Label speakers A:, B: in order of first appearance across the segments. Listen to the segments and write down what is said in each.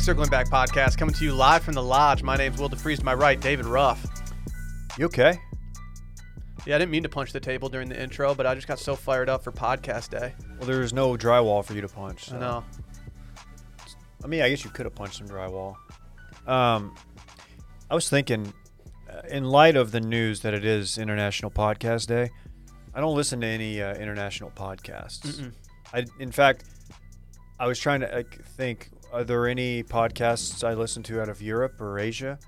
A: Circling Back podcast coming to you live from the lodge. My name's Will DeFreeze. To my right, David Ruff.
B: You okay?
A: Yeah, I didn't mean to punch the table during the intro, but I just got so fired up for podcast day.
B: Well, there's no drywall for you to punch. So.
A: I know.
B: I mean, I guess you could have punched some drywall. Um, I was thinking, uh, in light of the news that it is International Podcast Day, I don't listen to any uh, international podcasts.
A: Mm-mm.
B: I, in fact, I was trying to like, think: Are there any podcasts I listen to out of Europe or Asia,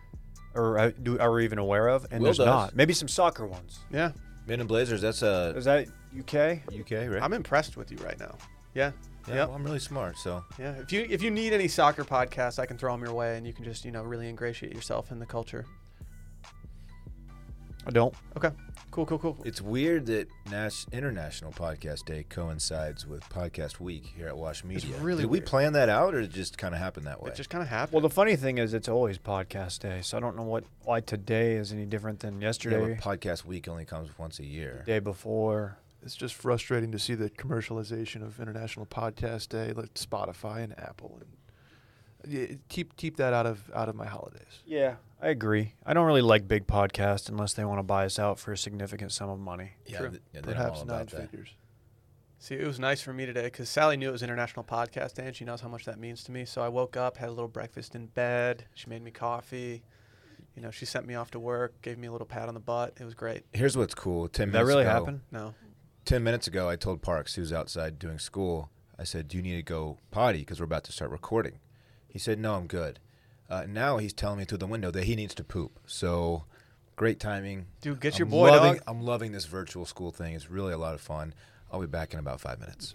B: or uh, do are we even aware of? And
C: Will
B: there's
C: does.
B: not. Maybe some soccer ones.
A: Yeah,
C: Men in Blazers. That's a
B: Is that UK?
C: UK, right?
A: I'm impressed with you right now. Yeah,
C: yeah,
A: yep.
C: well, I'm really smart. So
A: yeah. If you if you need any soccer podcasts, I can throw them your way, and you can just you know really ingratiate yourself in the culture.
B: I don't.
A: Okay, cool, cool, cool.
C: it's weird that Nash International Podcast Day coincides with Podcast Week here at Wash Media.
A: really
C: Did
A: weird.
C: we plan that out, or it just kind of happened that way?
A: It just kind of happened.
B: Well, the funny thing is, it's always podcast day, so I don't know what why today is any different than
C: yeah,
B: yesterday,
C: but Podcast Week only comes once a year.
B: day before.
D: It's just frustrating to see the commercialization of International Podcast Day, like Spotify and Apple, and yeah, keep keep that out of out of my holidays.
B: Yeah, I agree. I don't really like big podcasts unless they want to buy us out for a significant sum of money.
C: Yeah,
A: True.
C: th- yeah, they're all
D: Perhaps nine
C: about that.
D: figures.
A: See, it was nice for me today because Sally knew it was International Podcast Day, and she knows how much that means to me. So I woke up, had a little breakfast in bed. She made me coffee. You know, she sent me off to work, gave me a little pat on the butt. It was great.
C: Here's what's cool. Ten
B: Did that
C: minutes
B: really
C: ago,
B: happen?
A: No,
C: Ten minutes ago, I told Parks, who's outside doing school, I said, "Do you need to go potty because we're about to start recording?" He said, "No, I'm good." Uh, now he's telling me through the window that he needs to poop. So, great timing.
A: dude, get
C: I'm
A: your boy.
C: Loving,
A: dog.
C: I'm loving this virtual school thing. It's really a lot of fun. I'll be back in about five minutes.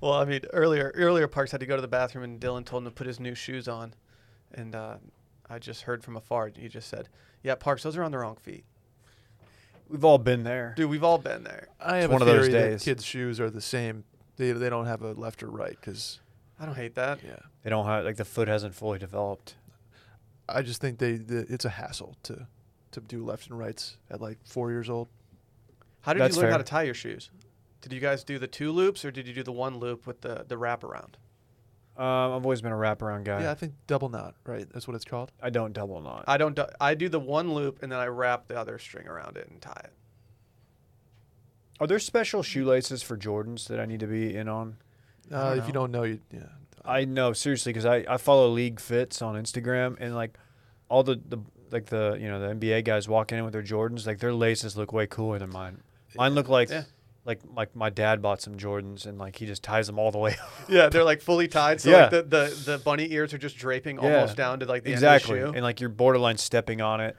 A: Well, I mean, earlier earlier Parks had to go to the bathroom, and Dylan told him to put his new shoes on, and uh, I just heard from afar. He just said, "Yeah, Parks, those are on the wrong feet,
B: We've all been there.
A: dude. We've all been there.
D: I
B: It's
D: have
B: one
D: a
B: of those
D: theory
B: days.
D: that kids' shoes are the same. They they don't have a left or right because
A: I don't hate that.
D: yeah.
B: They don't have like the foot hasn't fully developed.
D: I just think they, the it's a hassle to to do left and rights at like four years old.
A: How did
B: That's
A: you learn how
B: fair.
A: to tie your shoes? Did you guys do the two loops, or did you do the one loop with the the wraparound?
B: Um, I've always been a wraparound guy.
D: Yeah, I think double knot. Right, that's what it's called.
B: I don't double knot.
A: I don't. Do, I do the one loop, and then I wrap the other string around it and tie it.
B: Are there special shoelaces for Jordans that I need to be in on?
D: Uh,
B: don't
D: if you
B: know.
D: don't know, you yeah.
B: I know seriously because I, I follow league fits on Instagram and like all the, the like the you know the NBA guys walking in with their Jordans like their laces look way cooler than mine. Mine look like
A: Yeah.
B: like like my dad bought some Jordans and like he just ties them all the way. up.
A: Yeah, they're like fully tied, so
B: so, like,
A: like the, the the bunny ears are just draping
B: Yeah.
A: almost down to like the
B: exactly,
A: End of the shoe.
B: and like you're borderline stepping on it.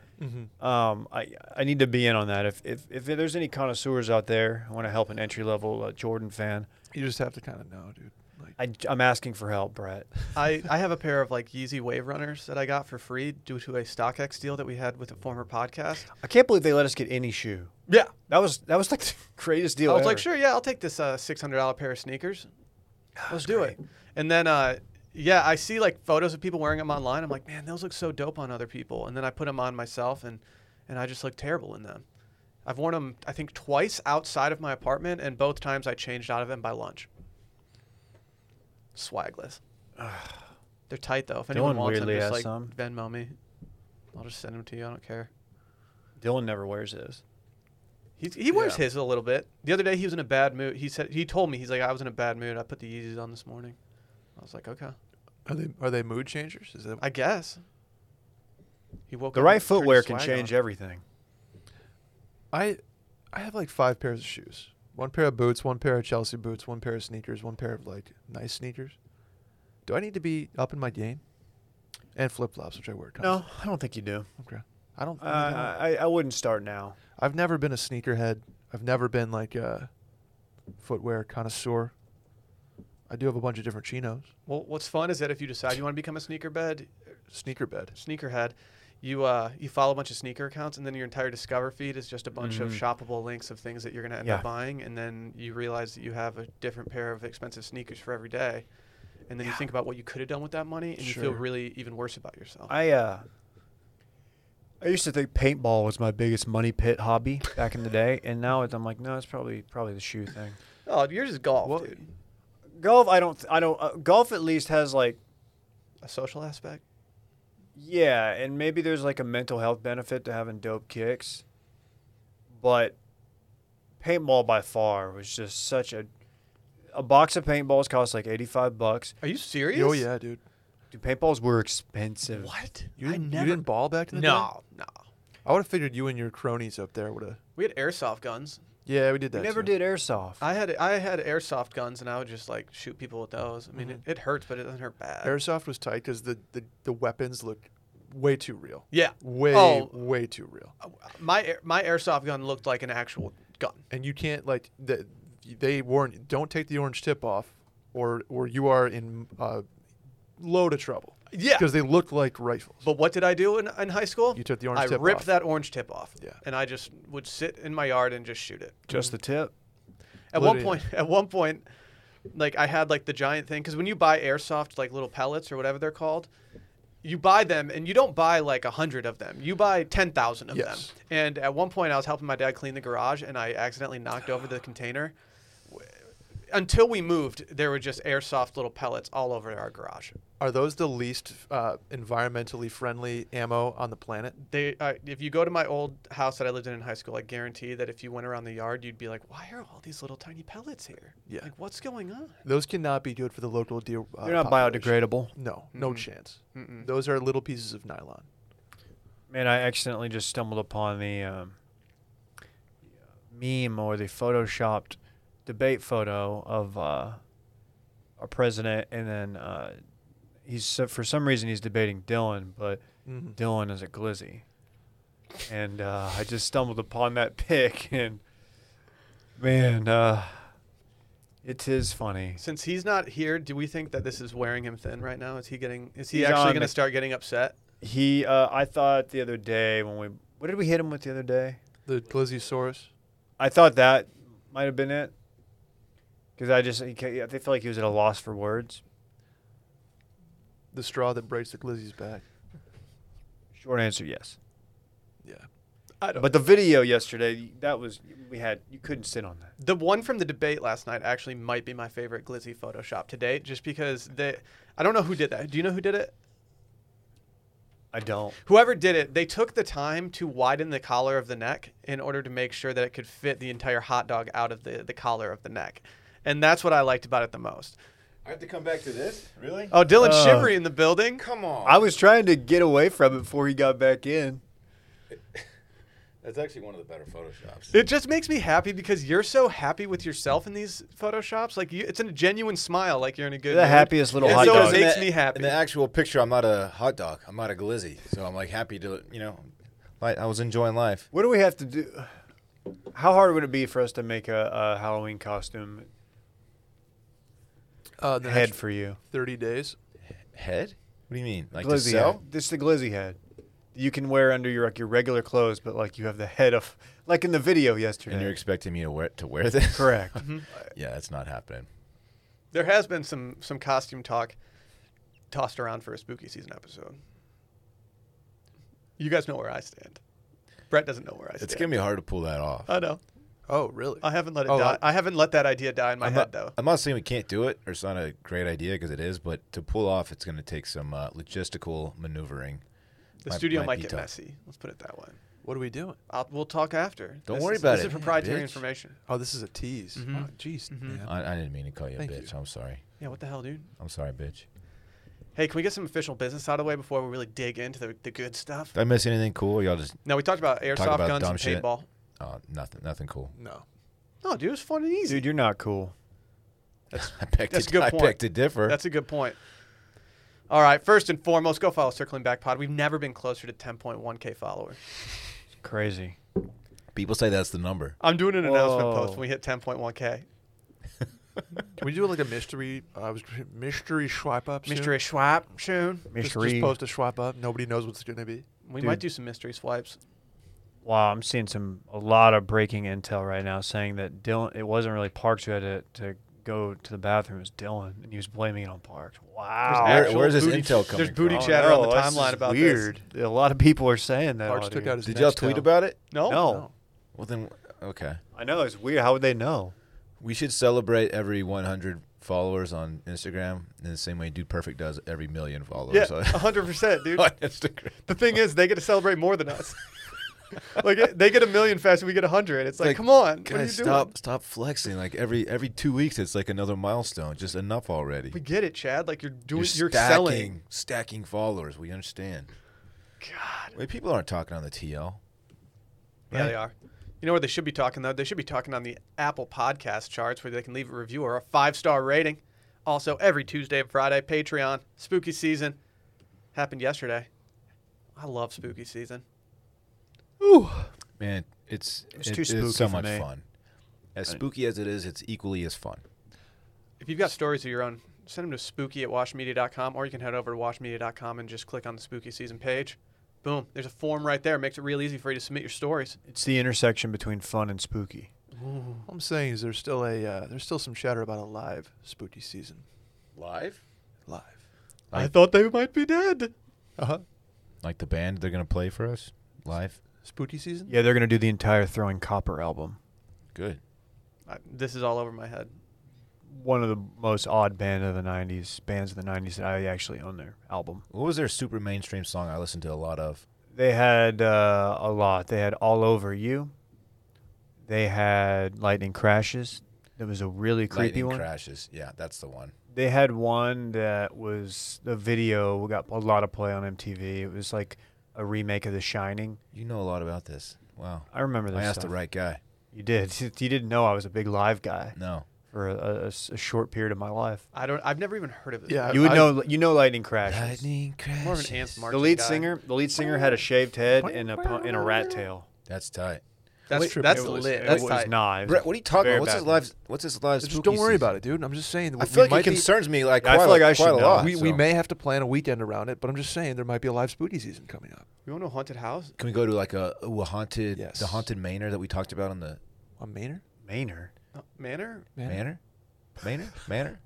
B: Um, I I need to be in on that. If if if there's any connoisseurs out there, I want to help an entry level uh, Jordan fan.
D: You just have to kind of know, dude. Like
B: I I'm asking for help, Brett.
A: I, I have a pair of like Yeezy Wave Runners that I got for free due to a StockX deal that we had with a former podcast.
B: I can't believe they let us get any shoe.
A: Yeah.
B: That was that was like the greatest
A: I
B: deal.
A: was
B: ever.
A: like, sure, yeah, I'll take this uh, $600 pair of sneakers. Let's do it. And then, uh, yeah, I see like photos of people wearing them online. I'm like, man, those look so dope on other people. And then I put them on myself and, and I just look terrible in them. I've worn them, I think, twice outside of my apartment, and both times I changed out of them by lunch. Swagless. They're tight though. If anyone
B: Dylan
A: wants them,
B: weirdly
A: just
B: has
A: like
B: some.
A: Venmo me. I'll just send them to you. I don't care.
B: Dylan never wears his.
A: He, he wears
D: Yeah.
A: his a little bit. The other day he was in a bad mood. He said he told me he's like I was in a bad mood. I put the Yeezys on this morning. I was like, okay,
D: Are they are they mood changers? Is that
A: I guess. He woke
B: The
A: up
B: right
A: and turned
B: footwear
A: his
B: can
A: swag
B: change
A: on.
B: everything.
D: I I have like five pairs of shoes. One pair of boots, one pair of Chelsea boots, one pair of sneakers, one pair of like nice sneakers. Do I need to be up in my game? And flip flops, which I wear.
B: No, I don't think you do.
D: constantly. Okay. I don't.
B: Uh,
D: I don't-
B: I I wouldn't start now.
D: I've never been a sneakerhead. I've never been like a footwear connoisseur. I do have a bunch of different chinos,
A: Well, what's fun is that if you decide you want to become a sneaker bed,
D: sneaker bed.
A: sneakerhead, you uh, you follow a bunch of sneaker accounts, and then your entire Discover feed is just a bunch of
D: Mm-hmm.
B: Mhm.
A: shoppable links of things that you're gonna end
B: Yeah.
A: up buying, and then you realize that you have a different pair of expensive sneakers for every day, and then you think about what you could have done with that money, and you feel
D: Sure.
A: really even worse about yourself.
B: I uh, I used to think paintball was my biggest money pit hobby back in the day, and now it's, I'm like, no, it's probably probably the shoe thing.
A: oh, yours is golf,
D: Well,
A: dude.
B: Golf, I don't, th- I don't. Uh, golf at least has like
A: a social aspect.
B: Yeah, and maybe there's like a mental health benefit to having dope kicks, but paintball by far was just such a a box of paintballs cost like eighty five bucks.
A: Are you serious?
D: Oh yeah, dude.
B: Dude, paintballs were expensive.
A: What?
D: You didn't, you didn't ball back in the day.
A: No, no.
D: I would have figured you and your cronies up there would have.
A: We had airsoft guns.
D: Yeah, we did that.
B: We never
D: too.
B: did airsoft.
A: I had I had airsoft guns, and I would just like shoot people with those. I mean,
D: Mhm.
A: it, it hurts, but it doesn't hurt bad.
D: Airsoft was tight because the, the the weapons looked way too real.
A: yeah,
D: Way
A: Oh.
D: way too real.
A: my air- my airsoft gun looked like an actual gun.
D: And you can't like the, they weren't. Don't take the orange tip off, or or you are in uh, load of trouble.
A: Yeah.
D: Because they look like rifles.
A: But what did I do in, in high school?
D: You took the orange
A: I
D: tip
A: ripped
D: off.
A: that orange tip off.
D: Yeah.
A: And I just would sit in my yard and just shoot it.
B: just the tip.
A: At
D: Literally.
A: one point, at one point, like I had like the giant thing because when you buy airsoft like little pellets or whatever they're called, you buy them and you don't buy like a hundred of them. You buy ten thousand of
D: Yes.
A: them. And at one point, I was helping my dad clean the garage and I accidentally knocked over the container. W- Until we moved, there were just airsoft little pellets all over our garage.
D: Are those the least uh, environmentally friendly ammo on the planet?
A: They, uh, if you go to my old house that I lived in in high school, I guarantee that if you went around the yard, you'd be like, "Why are all these little tiny pellets here?
D: Yeah.
A: Like, what's going on?"
D: Those cannot be good for the local deer. Uh,
B: They're not
D: population.
B: biodegradable.
D: No, no chance.
A: Mm-mm.
D: Those are little pieces of nylon.
B: Man, I accidentally just stumbled upon the um, uh, meme or the photoshopped debate photo of uh, our president, and then uh, he's so- for some reason he's debating Dylan, but
D: Mm-hmm.
B: Dylan is a glizzy, and uh, I just stumbled upon that pic, and man, uh, it is funny.
A: Since he's not here, do we think that this is wearing him thin right now? Is he getting? Is he
B: He's
A: actually
B: on
A: going
B: the-
A: to start getting upset?
B: He, uh, I thought the other day when we, what did we hit him with the other day?
D: The Glizzosaurus.
B: I thought that might have been it. Because I just, he ca- I feel like he was at a loss for words.
D: The straw that breaks the glizzy's back.
B: Short answer, yes.
D: Yeah.
A: I
B: But the video yesterday, that was, we had, you couldn't sit on that.
A: The one from the debate last night actually might be my favorite glizzy Photoshop to date, just because they. I don't know who did that. Do you know who did it?
B: I don't.
A: Whoever did it, they took the time to widen the collar of the neck in order to make sure that it could fit the entire hot dog out of the, the collar of the neck. And that's what I liked about it the most.
C: I have to come back to this? Really?
A: Oh, Dylan
B: Uh,
A: Shivery in the building.
C: Come on.
B: I was trying to get away from it before he got back in.
C: That's actually one of the better photoshops.
A: It just makes me happy because you're so happy with yourself in these photoshops. Like you, it's a genuine smile, like you're in a good.
B: You're the
A: mood.
B: happiest little
A: And
B: hot
A: so
B: dog.
A: It makes
C: In the-
A: me happy.
C: In the actual picture, I'm not a hot dog. I'm not a glizzy. So I'm like happy to, you know, like I was enjoying life.
B: What do we have to do? How hard would it be for us to make a, a Halloween costume
D: Uh, the
B: head
D: next
B: for you?
D: 30 days.
C: Head? What do you mean? Like to
B: glizzy
C: sell?
B: head. This is the glizzy head. You can wear under your like your regular clothes, but like you have the head of like in the video yesterday.
C: And you're expecting me to wear to wear this?
B: Correct.
C: Yeah, that's not happening.
A: Mm-hmm. There has been some some costume talk tossed around for a spooky season episode. You guys know where I stand. Brett doesn't know where I stand.
C: It's gonna be hard to pull that off.
A: I know.
D: Oh, really?
A: I haven't let it
D: Oh,
A: die. I, haven't let that idea die in my
C: I'm
A: head
C: not,
A: though.
C: I'm not saying we can't do it or it's not a great idea because it is, but to pull off, it's going to take some uh, logistical maneuvering.
A: The
C: might-
A: studio
C: might
A: might
C: be
A: get
C: tough.
A: messy. Let's put it that way.
D: What are we doing?
A: I'll, we'll talk after.
C: Don't
A: This
C: worry
A: is-
C: about
A: This
C: it,
A: is proprietary
C: bitch.
A: information.
D: Oh, this is a tease.
A: Mhm.
D: Oh, jeez.
A: Mhm.
D: man.
C: I, I didn't mean to call you a
D: Thank
C: bitch.
D: you.
C: I'm sorry.
A: Yeah, what the hell, dude?
C: I'm sorry, bitch.
A: Hey, can we get some official business out of the way before we really dig into the, the good stuff?
C: Did I miss anything cool? Y'all just
A: Now we talked about airsoft
C: about
A: guns
C: dumb
A: and
C: shit.
A: paintball.
C: uh, nothing, nothing cool.
D: No.
A: No, dude, it was fun and easy.
B: Dude, you're not cool.
C: I picked
A: that's
C: it,
A: a good
C: I
A: point.
C: picked a differ.
A: That's a good point. All right, first and foremost, go follow Circling Back Pod. We've never been closer to 10.1k followers.
B: Crazy.
C: People say that's the number.
A: I'm doing an announcement
B: Whoa.
A: post when we hit 10.1k.
D: Can we do like a mystery? I was mystery swipe up. soon?
A: Mystery swipe soon.
D: Just, just post a swipe up. Nobody knows what's going to be.
A: We
B: Dude.
A: might do some mystery swipes.
B: Wow, I'm seeing some a lot of breaking intel right now saying that Dylan it wasn't really Parks who had to, to go to the bathroom, it was Dylan and he was blaming it on Parks. Wow.
C: Where-
A: actual
C: where's this
A: booty-
C: intel coming
A: There's booty
C: from?
B: Oh,
A: chatter on
B: no,
A: the
B: this
A: timeline
B: is
A: about
B: weird.
A: this.
B: A lot of people are saying that.
D: Parks
B: all
D: took
B: dude.
D: out his
C: Did y'all
D: next
C: tweet
D: down.
C: about it?
A: No?
B: No.
D: No.
C: Well, then, okay.
B: I know it's weird. How would they know?
C: We should celebrate every 100 followers on Instagram in the same way Dude Perfect does every million followers
A: Yeah,
C: on,
A: hundred percent, dude.
C: on Instagram.
A: The thing is, they get to celebrate more than us. like it- they get a million faster, we get a hundred. It's like,
C: Like,
A: come on, what are you
C: Guys, stop,
A: doing?
C: stop flexing. Like every every two weeks, it's like another milestone. Just enough already.
A: We get it, Chad. Like you're doing,
C: you're,
A: you're,
C: stacking,
A: selling.
C: stacking followers. We understand.
A: God,
C: Wait, people aren't talking on the TL.
A: yeah, they are. You know where they should be talking though? They should be talking on the Apple Podcast charts, where they can leave a review or a five star rating. Also, every Tuesday and Friday, Patreon, spooky season happened yesterday. I love spooky season.
D: Ooh.
C: Man, it's
B: It's too spooky
C: it's so
B: for
C: much
B: me.
C: fun. As spooky as it is, it's equally as fun.
A: If you've got stories of your own, send them to spooky at washmedia.com or you can head over to washmedia.com and just click on the spooky season page. Boom. There's a form right there. Makes it real easy for you to submit your stories.
B: It's the intersection between fun and spooky.
D: All I'm saying is there's still a uh, there's still some chatter about a live spooky season.
C: Live?
D: Live.
C: I
A: thought they might be dead.
D: Uh
B: Uh-huh.
D: huh.
C: Like the band they're gonna play for us live.
D: Spooky season.
B: Yeah, they're gonna do the entire Throwing Copper album.
C: Good.
A: I, this is all over my head.
B: One of the most odd band of the '90s bands of the '90s that I actually own their album.
C: What was their super mainstream song I listened to a lot of?
B: They had uh, a lot. They had All Over You. They had Lightning Crashes. There was a really creepy
C: Lightning
B: one.
C: crashes. Yeah, that's the one.
B: They had one that was the video got a lot of play on MTV. It was like a remake of The Shining.
C: You know a lot about this. Wow.
B: I remember this.
C: I asked
B: stuff.
C: the right guy.
B: You did. You didn't know I was a big live guy
C: No.
B: for a, a- a s- a short period of my life.
A: I don't. I've never even heard of this.
D: Yeah, I-
B: You would
D: I-
B: know. You know Lightning Crashes.
C: crashes.
A: More of an Ants Marching
B: the lead
A: guy.
B: singer. The lead singer had a shaved head and a pu- and a rat tail.
C: That's tight.
A: That's
D: Wait,
A: that's
B: it was,
A: lit.
B: It
A: That's
B: was
A: tight.
B: not. It was
C: Brett, what are you talking
B: very
C: about? What's
B: bad
C: his live? What's his live?
D: Just don't worry about it, dude. I'm just saying.
C: I feel like it concerns me like
B: I
C: quite,
B: feel
C: a-
B: like I should
C: quite a
B: know.
C: lot.
D: we, we
C: so.
D: may have to plan a weekend around it, but I'm just saying there might be a live spooky season coming up.
A: You want to a haunted house?
C: Can we go to like a, ooh, a haunted
D: Yes.
C: the haunted manor that we talked about on the
D: On Maynard?
B: Maynard.
A: Uh, Manor.
C: manor? Manor? Manor?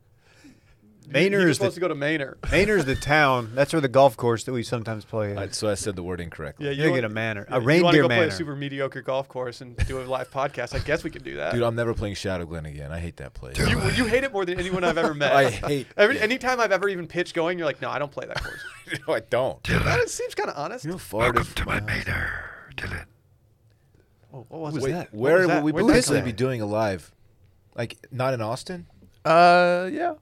B: Manor
A: You're
B: is
A: supposed
B: the
A: to go to Manor.
B: Maynard's the town. That's where the golf course that we sometimes play.
C: I-
B: Is.
C: so I said the word incorrectly.
A: Yeah,
B: You
A: want-
B: get a manor,
A: yeah,
B: a
A: you wanna
B: reindeer
A: go play
B: manor.
A: a super mediocre golf course and do a live podcast. I guess we could do that.
C: Dude, I'm never playing Shadow Glen again. I hate that place.
A: you, you hate it more than anyone I've ever met.
C: I hate
A: Every,
C: it.
A: Anytime I've ever even pitched going, you're like, no, I don't play that course.
C: no, I don't.
A: that seems kind of honest.
C: You know, far Welcome to my manor.
A: Oh, what was
D: What was
A: it?
D: that? What
C: Where
A: was
C: would
A: that?
C: we
A: Where'd
B: that
C: potentially
B: come
C: be doing a live? Like not in Austin?
D: Uh, yeah.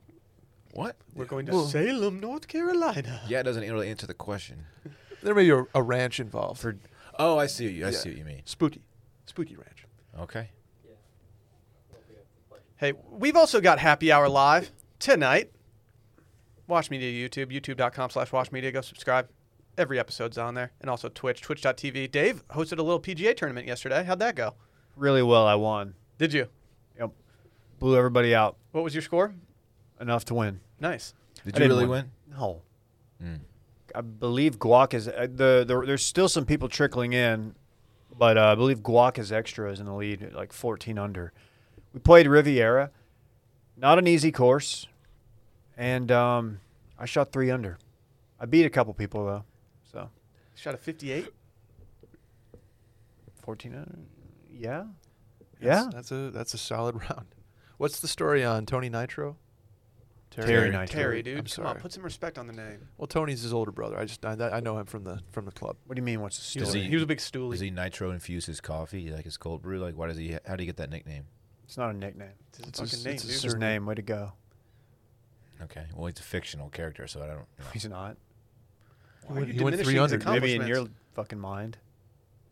C: What?
A: We're going to
D: Well-
A: Salem, North Carolina.
C: Yeah, it doesn't really answer the question.
D: There may be a, a ranch involved. For
C: Oh, I see. what you- I
D: Yeah.
C: see what you mean.
D: spooky. Spooky ranch.
C: Okay.
A: Hey, we've also got Happy Hour Live tonight. Watch Media YouTube, youtube.com slash Watch Media. Go subscribe. Every episode's on there. And also Twitch, twitch.tv. Dave hosted a little PGA tournament yesterday. How'd that go?
B: really well. I won.
A: Did you?
B: Yep. Blew everybody out
A: What was your score?
B: enough to win.
A: Nice.
C: Did
B: I
C: you
B: didn't
C: really
B: win.
C: win?
B: No.
A: Mm.
B: I believe guac is uh, the, the there's still some people trickling in, but uh, I believe guac is extra is in the lead at like 14 under. We played Riviera, not an easy course, and um, I shot three under. I beat a couple people though, so
A: Shot a 58.
B: 14 under. uh, Yeah, yeah.
D: That's- That's a that's a solid round. What's the story on Tony Nitro?
B: Terry
D: Nitro.
B: Nitro.
A: Terry, dude.
D: I'm
A: Come on,
D: sorry.
A: put some respect on the name.
D: Well, Tony's his older brother. I just I, I know him from the from the club.
B: What do you mean? What's
A: He
B: the
A: was,
B: story?
A: a,
C: he-
A: he was a big stoolie.
C: Does he nitro infuse his coffee like his cold brew? Like, why does he? How do you get that nickname?
B: It's not a nickname.
A: It's his
D: It's
A: fucking
D: his-
A: name,
D: it's
A: dude.
B: It's his
D: his Sure.
B: name. Way to go.
C: Okay. Well, he's a fictional character, so I don't. you know.
B: He's
A: Why
B: not.
D: He
A: are
D: went-
A: you
D: he went
A: diminishing his
D: 300.
B: Maybe in your
A: accomplishments?
B: fucking mind.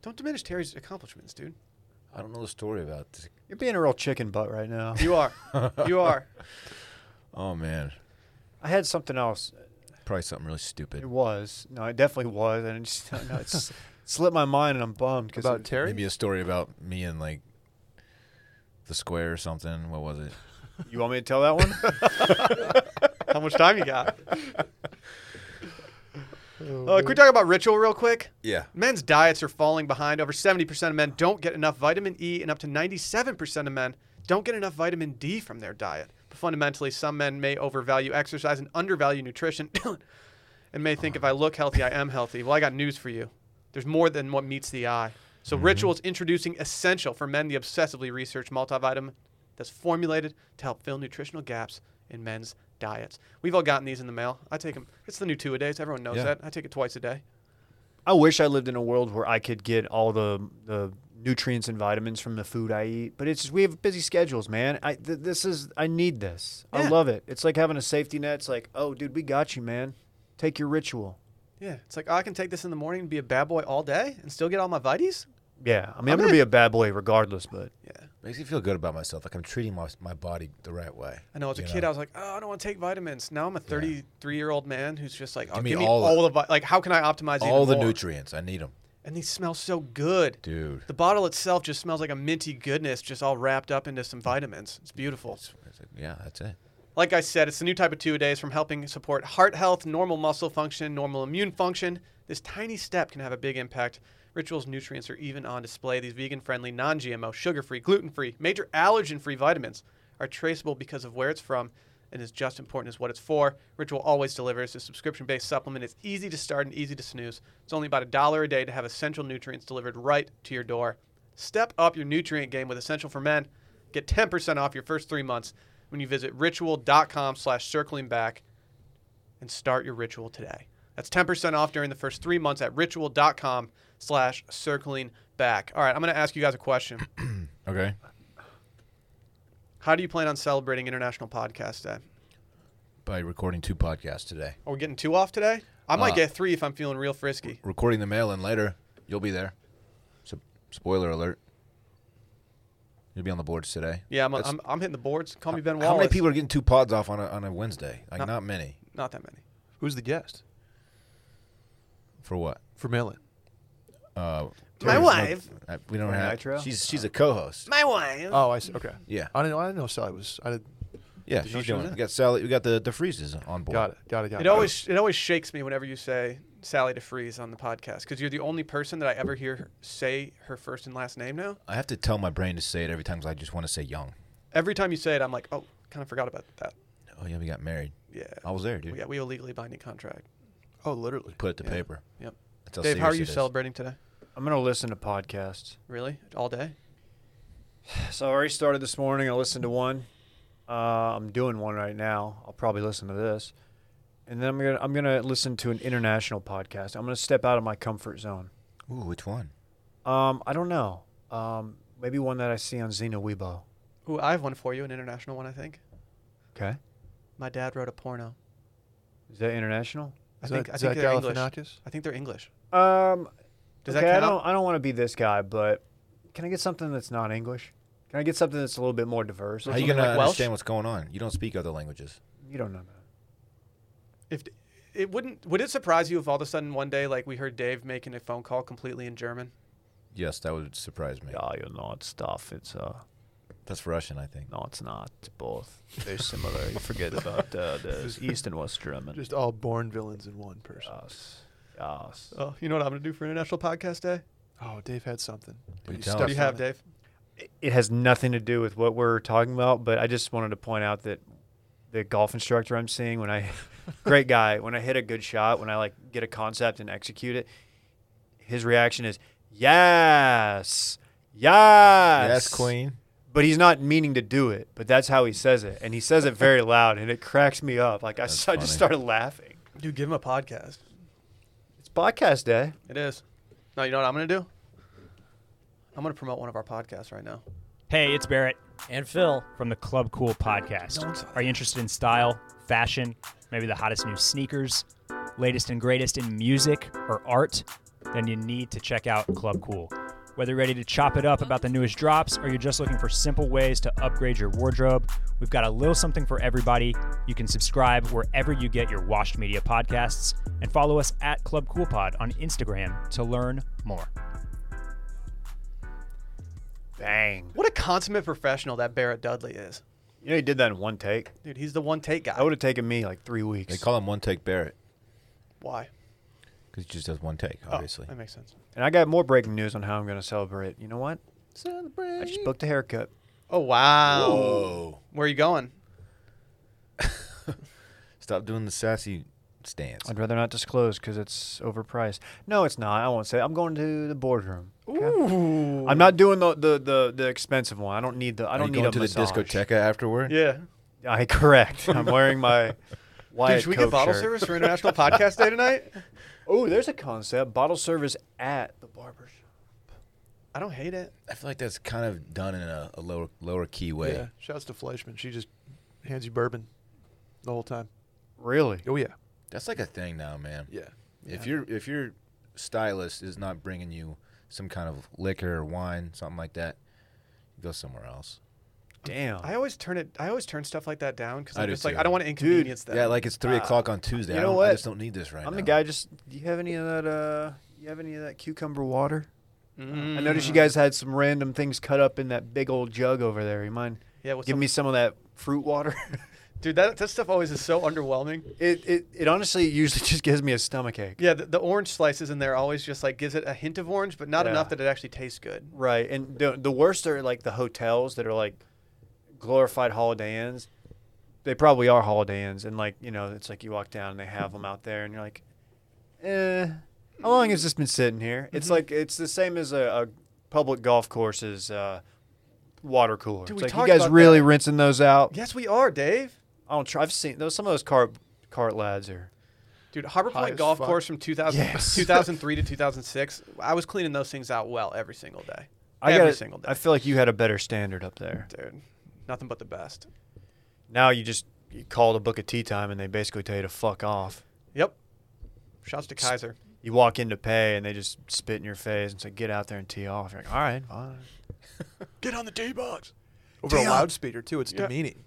A: Don't diminish Terry's accomplishments, dude.
C: I don't know the story about. This.
B: You're being a real chicken butt right now.
A: You are. you are.
C: Oh man,
B: I had something else.
C: probably something really stupid.
B: It was no, it definitely was, and I just don't know. It's slipped my mind, and I'm bummed because
D: About Terry?
C: Maybe a story about me and like the square or something. What was it?
B: you want me to tell that one?
A: How much time you got? Uh, can we talk about ritual real quick?
C: Yeah.
A: Men's diets are falling behind. Over 70% of men don't get enough vitamin E, and up to 97% of men don't get enough vitamin D from their diet. But fundamentally, some men may overvalue exercise and undervalue nutrition and may think if I look healthy, I am healthy. Well, I got news for you there's more than what meets the eye. So,
C: Mm-hmm.
A: Ritual is introducing Essential for Men, the obsessively researched multivitamin that's formulated to help fill nutritional gaps in men's diets. We've all gotten these in the mail. I take them. It's the new two a days. Everyone knows
C: Yeah.
A: that. I take it twice a day.
B: I wish I lived in a world where I could get all the the nutrients and vitamins from the food I eat, but it's we have busy schedules, man. I th- this is I need this. I
A: Yeah.
B: love it. It's like having a safety net. It's like, oh, dude, we got you, man. Take your ritual.
A: Yeah, it's like "Oh, I can take this in the morning and be a bad boy all day and still get all my vites.
B: Yeah, I mean, I'm,
A: I'm
B: gonna
A: in.
B: be a bad boy regardless, but
A: Yeah,
C: Makes me feel good about myself. Like I'm treating my, my body the right way.
A: I know. As a
C: You
A: kid,
C: know?
A: I was like, oh, I don't want to take vitamins. Now I'm a 33 year old man who's just like, oh,
C: Give
A: give
C: me
A: me,
C: all
A: all,
C: the-
A: the vi- like, how can I optimize even
C: all the
A: more?
C: nutrients. I need them,
A: And these smell so good.
C: dude.
A: The bottle itself just smells like a minty goodness, just all wrapped up into some vitamins. It's beautiful.
C: That's it. Yeah, that's it.
A: Like I said, it's the new type of two a days from helping support heart health, normal muscle function, normal immune function. This tiny step can have a big impact. Rituals nutrients are even on display. These vegan friendly, non GMO, sugar free, gluten free, major allergen free vitamins are traceable because of where it's from and is just important as what it's for. Ritual always delivers. This subscription based supplement is easy to start and easy to snooze. It's only about a dollar a day to have essential nutrients delivered right to your door. Step up your nutrient game with Essential for Men. Get 10% off your first three months when you visit ritual.com slash circling back and start your ritual today. That's 10% off during the first three months at ritual.com slash circling back. All right, I'm going to ask you guys a question.
C: Okay.
A: How do you plan on celebrating International Podcast Day?
C: By recording two podcasts today,
A: Are we getting two off today? I might
C: Uh,
A: get three if I'm feeling real frisky.
C: recording the mail in later. You'll be there. So, spoiler alert. You'll be on the boards today.
A: Yeah, I'm,
C: That's-
A: I'm, I'm hitting the boards. Call me Ben Wallace.
C: How many people are getting two pods off on a, on a Wednesday? Like
A: No.
C: not many.
A: Not that many.
D: Who's the guest
C: For what?
D: for mailing?
C: Uh,
A: My
C: Terry's no-
A: wife.
C: I- we don't
B: For
C: have.
B: Nitro?
C: She's she's a co-host.
A: My wife.
D: Oh, I see. Okay.
C: Yeah,
D: I didn't. I didn't know Sally was. I did.
C: yeah.
D: know
C: She's
D: she was
C: doing it.
D: in
C: We got Sally. We got the the freezes on board.
D: Got it. Got it. Got it.
A: It always it always shakes me whenever you say Sally DeFreeze on the podcast because you're the only person that I ever hear her say her first and last name now.
C: I have to tell my brain to say it every time 'cause I just want to say young.
A: Every time you say it, I'm like, oh, kind of forgot about that.
C: Oh yeah, we got married.
A: Yeah,
C: I was there,
A: we
C: dude.
A: got we have a legally binding contract.
D: Oh, literally.
C: Put it to
A: Yeah.
C: paper.
A: Yep.
C: That's how
A: Dave, how are
C: serious
A: you
C: it is.
A: celebrating today?
B: I'm gonna listen to podcasts.
A: Really, all day?
B: So I already started this morning. I listened to one. Uh, I'm doing one right now. I'll probably listen to this, and then I'm gonna I'm gonna listen to an international podcast. I'm gonna step out of my comfort zone.
C: Ooh, which one?
B: Um, I don't know. Um, maybe one that I see on Xena Weibo.
A: Ooh, I have one for you, an international one, I think.
B: Okay.
A: My dad wrote a porno.
B: Is that international?
A: I
D: Is
A: think
D: that,
A: I
D: is
A: think
D: that
A: they're English.
D: Galifianakis?
A: I think they're English.
B: Um,
A: Does that
B: okay, I
A: count?
B: don't. I don't want to be this guy, but can I get something that's not English? Can I get something that's a little bit more diverse?
A: So
C: How are you
A: something
C: gonna
A: like Welsh?
C: understand what's going on? You don't speak other languages.
B: You don't know that.
A: If it wouldn't, would it surprise you if all of a sudden one day, like we heard Dave making a phone call completely in German?
C: Yes, that would surprise me.
B: Yeah, you know, it's stuff. It's uh,
C: That's Russian, I think.
B: no, it's not. It's both. They're similar. You forget about uh, the East and West German.
D: Just all born villains in one person.
C: Uh,
B: Yes. Yes.
A: Oh, you know what I'm gonna do for International Podcast Day?
D: Oh, Dave had something. but
C: Dude,
D: you
C: tell
A: What
C: us.
A: do you
D: stepped
A: have,
D: on it.
A: Dave?
B: it has nothing to do with what we're talking about, but I just wanted to point out that the golf instructor I'm seeing when I great guy, when I hit a good shot, when I like get a concept and execute it, his reaction is yes. Yes.
C: Yes, Queen.
B: But he's not meaning to do it, but that's how he says it. And he says it very loud and it cracks me up. Like I, s-
C: That's
B: I just
C: funny.
B: started laughing.
A: Dude, give him a podcast.
B: It's podcast day.
A: It is. No, you know what I'm gonna do? I'm gonna promote one of our podcasts right now.
E: Hey, it's Barrett and Phil from the Club Cool
A: Don't
E: podcast.
A: say
E: Are you interested in style, fashion, maybe the hottest new sneakers, latest and greatest in music or art? Then you need to check out Club Cool. Whether you're ready to chop it up about the newest drops or you're just looking for simple ways to upgrade your wardrobe, we've got a little something for everybody. You can subscribe wherever you get your washed media podcasts and follow us at Club Cool Pod on Instagram to learn more.
B: Bang.
A: What a consummate professional that Barrett Dudley is.
B: You know he did that in one take.
A: Dude, he's the one take guy.
B: That would have taken me like three weeks.
C: They call him One Take Barrett
A: Why?
C: because he just does one take,
A: Oh,
C: obviously.
A: that makes sense.
B: And I got more breaking news on how I'm going to celebrate. You know what? Celebrate. I just booked a haircut.
A: Oh wow.
C: oh.
A: Where are you going?
C: Stop doing the sassy stance.
B: I'd rather not disclose because it's overpriced. No, it's not. I won't say. it. I'm going to the boardroom. okay?
A: Ooh.
B: I'm not doing the, the the the expensive one. I don't need the. I
C: Are
B: don't
C: you
B: need
C: going
B: a
C: to
B: massage.
C: the discotheca afterward?
A: Yeah.
B: I correct. I'm wearing my Wyatt
A: Dude, should we get
B: Coke
A: bottle
B: shirt.
A: service for International Podcast Day tonight?
B: Oh, there's a concept: bottle service at the barber shop.
A: I don't hate it.
C: I feel like that's kind of done in a, a lower lower key way.
D: Yeah. Shouts to Fleischman. She just hands you bourbon the whole time.
B: Really?
D: Oh yeah.
C: That's like a thing now, man.
D: Yeah.
C: If your if your stylist is not bringing you some kind of liquor or wine, something like that, go somewhere else.
B: Damn.
A: I always turn it. I always turn stuff like that down because
C: I
A: I'm
C: do
A: just like
C: too.
A: I don't want to inconvenience them.
C: yeah, like it's three o'clock on Tuesday.
B: you
C: I
B: know
C: don't-
B: what?
C: I just don't need this right
B: I'm
C: now.
B: the guy. Just do you have any of that? Uh, you have any of that cucumber water? I
A: Mm.
B: noticed you guys had some random things cut up in that big old jug over there. You mind
A: Yeah, what's
B: giving
A: up?
B: me some of that fruit water?
A: dude, that that stuff always is so underwhelming.
B: it, it it honestly usually just gives me a stomach ache.
A: Yeah, the, the orange slices in there always just like gives it a hint of orange, but not
B: Yeah.
A: enough that it actually tastes good.
B: Right, and the, the worst are like the hotels that are like glorified Holiday Inns. They probably are Holiday Inns, and like you know, it's like you walk down and they have them out there, and you're like, eh, how long has this been sitting here? It's like it's the same as a, a public golf course's uh, water cooler.
A: Dude, we
B: it's like you
A: talked
B: guys
A: about
B: really
A: that.
B: rinsing those out.
A: Yes, we are, Dave.
B: I don't try. I've seen those. Some of those cart cart lads are.
A: Dude, Harbor
D: High
A: Point
D: as
A: Golf
D: fuck.
A: Course from 2000,
B: Yes.
A: 2003 to 2006. I was cleaning those things out well every single day.
B: I
A: every
B: gotta-
A: single day.
B: I feel like you had a better standard up there.
A: Dude, nothing but the best.
B: Now you just you call to book a tea time, and they basically tell you to fuck off.
A: Yep. Shouts to Kaiser.
B: you walk in to pay and they just spit in your face and say, "Get out there and tee off." You're like, "All right, fine."
A: Get on the tee box.
D: Over
B: Damn.
D: a loudspeaker too. It's
A: Yeah.
D: demeaning.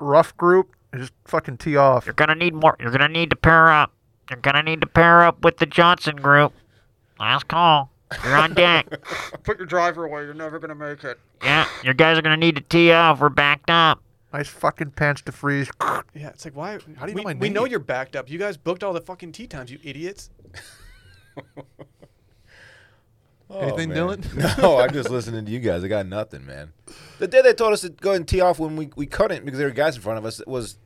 D: Rough group. Just fucking tee off.
F: You're gonna need more. You're gonna need to pair up. You're gonna need to pair up with the Johnson group. Last call. You're on deck.
A: Put your driver away. You're never going to make it.
F: yeah, your guys are gonna need to tee off. We're backed up.
D: Nice fucking pants to freeze.
A: Yeah, it's like, why?
D: How do you know
A: we,
D: my
A: We know
D: name?
A: you're backed up. You guys booked all the fucking tea times, you idiots.
D: Anything,
C: man.
D: Dylan?
C: no, I'm just listening to you guys. I got nothing, man. The day they told us to go ahead and tee off when we, we couldn't because there were guys in front of us, it was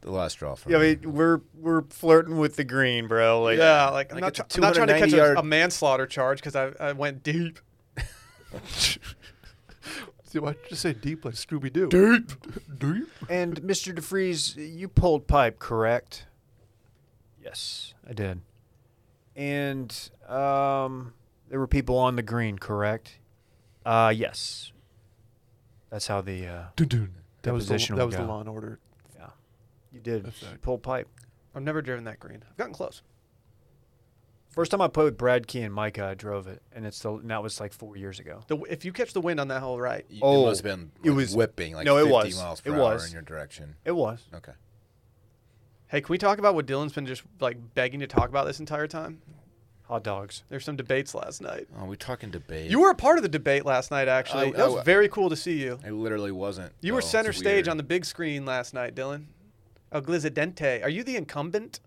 C: the last straw for
B: Yeah, I
C: me.
B: mean, we're we're flirting with the green, bro.
D: Oh,
B: Like,
A: Yeah, like, I'm,
C: Like
A: not,
C: it's a
A: try- I'm not trying to catch
C: 290 yard-
A: a, a manslaughter charge because I, I went deep.
D: See, why did you say deep like Scooby Doo? Deep. Deep.
B: And Mr. DeFries, you pulled pipe, correct? Yes, I did. And um, there were people on the green, correct? Uh, yes. That's how the uh,
D: That was the,
B: Deposition
D: that
B: will
D: was the
B: go.
D: Law and Order.
B: yeah, you did
D: That's right.
B: pull pipe.
A: I've never driven that green. I've gotten close.
B: First time I played with Brad Key and Micah, I drove it, and it's the and that was like four years ago.
A: The, if you catch the wind on that hole right,
C: You-
B: Oh,
C: it must have been
B: it
C: like,
B: was-
C: whipping like
B: no, it
C: 50
B: was.
C: miles
B: It
C: per
B: was.
C: hour in your direction.
B: It was.
C: Okay.
A: Hey, can we talk about what Dylan's been just like begging to talk about this entire time?
B: Hot dogs.
A: There's some debates last night.
C: Oh, we're talking debate.
A: You were a part of the debate last night, actually.
C: I-
A: that was
C: I-
A: very cool to see you.
C: I literally wasn't.
A: You
C: though.
A: were
C: It's
A: center stage
C: weird.
A: on the big screen last night, Dylan. El Glizidente. Are you the incumbent?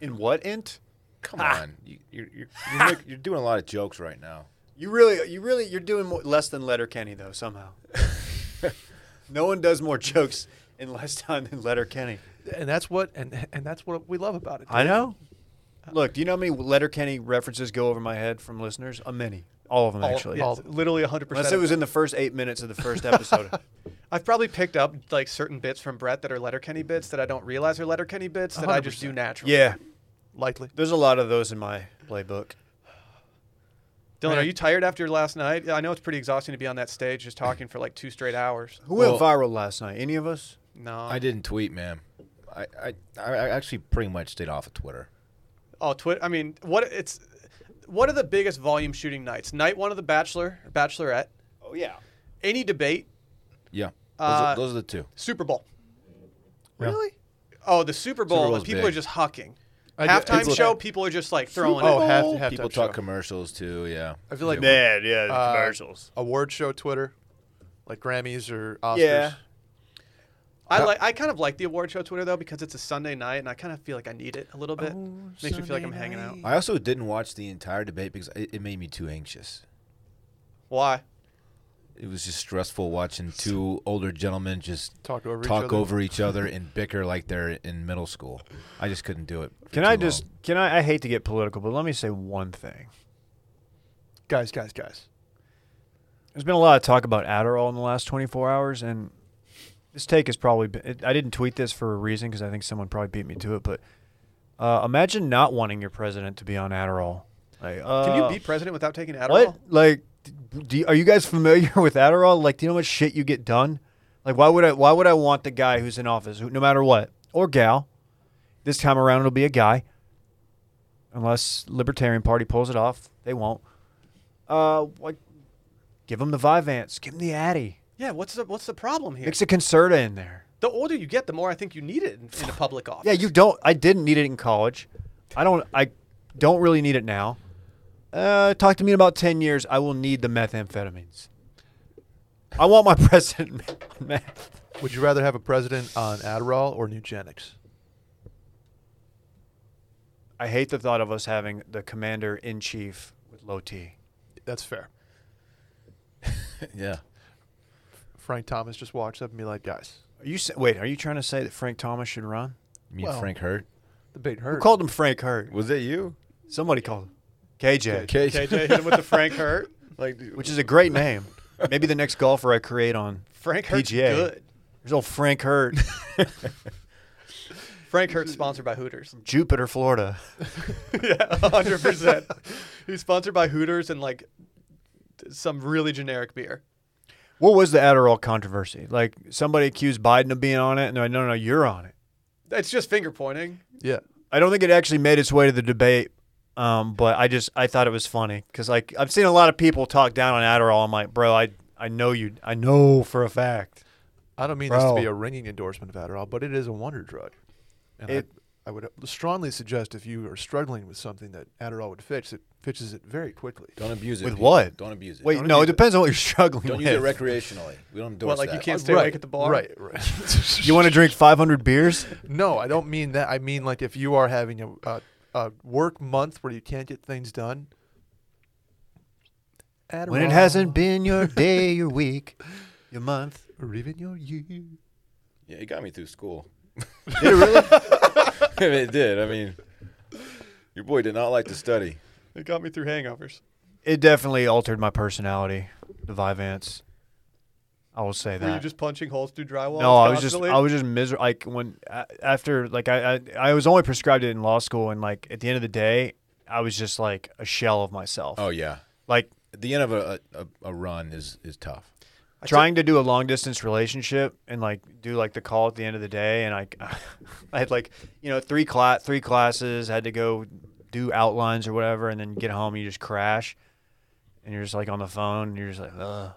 B: In what int?
C: Come on, you, you're you're you're, make, you're doing a lot of jokes right now.
B: You really, you really, you're doing more, less than Letterkenny though. Somehow, no one does more jokes in less time than Letterkenny.
D: And that's what and and that's what we love about it.
B: I know. Look, do you know how many Letterkenny references go over my head from listeners? A many, all of them
A: All-
B: actually.
A: yeah, it's literally 100%.
B: Unless it was in the first eight minutes of the first episode.
A: I've probably picked up like certain bits from Brett that are Letterkenny bits that I don't realize are Letterkenny bits that I just do
D: 100%.
A: naturally.
B: yeah,
D: Lightly.
B: there's a lot of those in my playbook.
A: Dylan, are you tired after last night? I know it's pretty exhausting to be on that stage just talking for like two straight hours.
B: Who went
C: Well-
B: viral last night? Any of us?
A: No.
C: I didn't tweet, man. I I, I I actually pretty much stayed off of Twitter.
A: Oh, Twitter. I mean, what it's what are the biggest volume shooting nights? Night one of the Bachelor, Bachelorette,
B: Oh yeah.
A: any debate,
C: Yeah, those,
A: Uh,
C: are, those are the two.
A: Super Bowl.
B: Really?
A: Oh, the Super
C: Super
A: Bowl.
C: Bowl's
A: people
C: big.
A: are just hucking.
D: I do-
A: Halftime
D: people-
A: show. People are just like throwing.
D: Oh,
A: it.
D: half,
C: Oh,
D: halftime
C: people talk
D: show.
C: commercials too. Yeah,
D: I feel like-
C: They do.
B: Yeah, yeah. The
D: Uh,
B: commercials.
D: award show Twitter, like Grammys or Oscars.
B: Yeah.
A: I like. I kind of like the award show Twitter though because it's a Sunday night and I kind of feel like I need it a little bit.
D: Oh,
A: Makes me feel like I'm hanging out.
C: I also didn't watch the entire debate because it, it made me too anxious.
A: Why?
C: It was just stressful watching two older gentlemen just
D: Talk over each
C: talk
D: other.
C: over each other and bicker like they're in middle school. I just couldn't do it. for
B: Can I
C: too long.
B: just? Can I? I hate to get political, but let me say one thing.
D: Guys, guys, guys.
B: There's been a lot of talk about Adderall in the last 24 hours, and this take has probably been. It, I didn't tweet this for a reason because I think someone probably beat me to it. But uh, imagine not wanting your president to be on Adderall. Like,
A: Can you
B: uh,
A: be president without taking Adderall?
B: What? Like, do you, are you guys familiar with Adderall? Like, do you know how much shit you get done? Like, why would I? Why would I want the guy who's in office, who, no matter what, or gal? This time around, it'll be a guy. Unless Libertarian Party pulls it off, they won't. Uh, like, give him the Vivance, give him the Addy,
A: Yeah. What's the What's the problem here?
B: mix a Concerta in there.
A: the older you get, the more I think you need it in, in a public office.
B: Yeah, you don't. I didn't need it in college. I don't. I don't really need it now. Uh, talk to me in about ten years. I will need the methamphetamines. I want my president on meth.
D: Would you rather have a president on Adderall or Nugenics?
B: I hate the thought of us having the commander in chief with low T.
D: That's fair.
C: yeah.
D: Frank Thomas just walks up and be like, guys,
B: Are you sa- wait? Are you trying to say that Frank Thomas should run?
C: You mean
D: Well-
C: Frank Hurt?
D: the bait
B: Who
D: hurt.
B: called him Frank Hurt?
C: Was it you?
B: Somebody called him KJ,
A: KJ hit him with the Frank Hurt.
C: like, dude,
B: which is a great name. Maybe the next golfer I create on
A: Frank Hurt's
B: PGA.
A: good.
B: There's old Frank Hurt,
A: Frank Hurt's sponsored by Hooters.
B: Jupiter, Florida.
A: yeah, hundred percent. He's sponsored by Hooters and like some really generic beer.
B: What was the Adderall controversy? Like somebody accused Biden of being on it, and they're like, no, no, you're on it.
A: It's just finger pointing.
D: Yeah.
B: I don't think it actually made its way to the debate, um, but I just I thought it was funny because like I've seen a lot of people talk down on Adderall. I'm like, bro, I I know you, I know for a fact.
D: I don't mean this to be
B: Bro.
D: a ringing endorsement of Adderall, but it is a wonder drug. And
B: It-
D: I, I would strongly suggest if you are struggling with something that Adderall would fix, it fixes it very quickly.
C: don't abuse it.
B: With
C: people.
B: what?
C: Don't abuse it.
B: Wait,
C: Don't
B: no, it
C: abuse
B: depends on what you're struggling
C: Don't
B: with.
C: use it recreationally. We don't endorse
A: What, like you
C: that.
A: can't stay
D: Right,
A: awake at the bar?
D: Right, right.
B: you want to drink 500 beers?
D: No, I don't mean that. I mean like if you are having a, a, a work month where you can't get things done.
B: When it
D: Adderall,
B: hasn't been your day, your week, your month.
D: or even your year.
C: Yeah, it got me through school.
B: Did it really?
C: it did. I mean, your boy did not like to study.
A: It got me through hangovers.
B: it definitely altered my personality, the Vivance. I will say that.
A: Were you just punching holes through drywall?
B: No, I was just
A: constantly?
B: I was just miserable. Like when a- after like I, I I was only prescribed it in law school, and like at the end of the day, I was just like a shell of myself.
C: Oh yeah,
B: Like
C: At the end of a, a, a run is is tough.
B: trying to do a long distance relationship and like do like the call at the end of the day, and like I had like you know three class three classes, had to go do outlines or whatever, and then get home, you just crash, and you're just like on the phone, and you're just like, Ugh,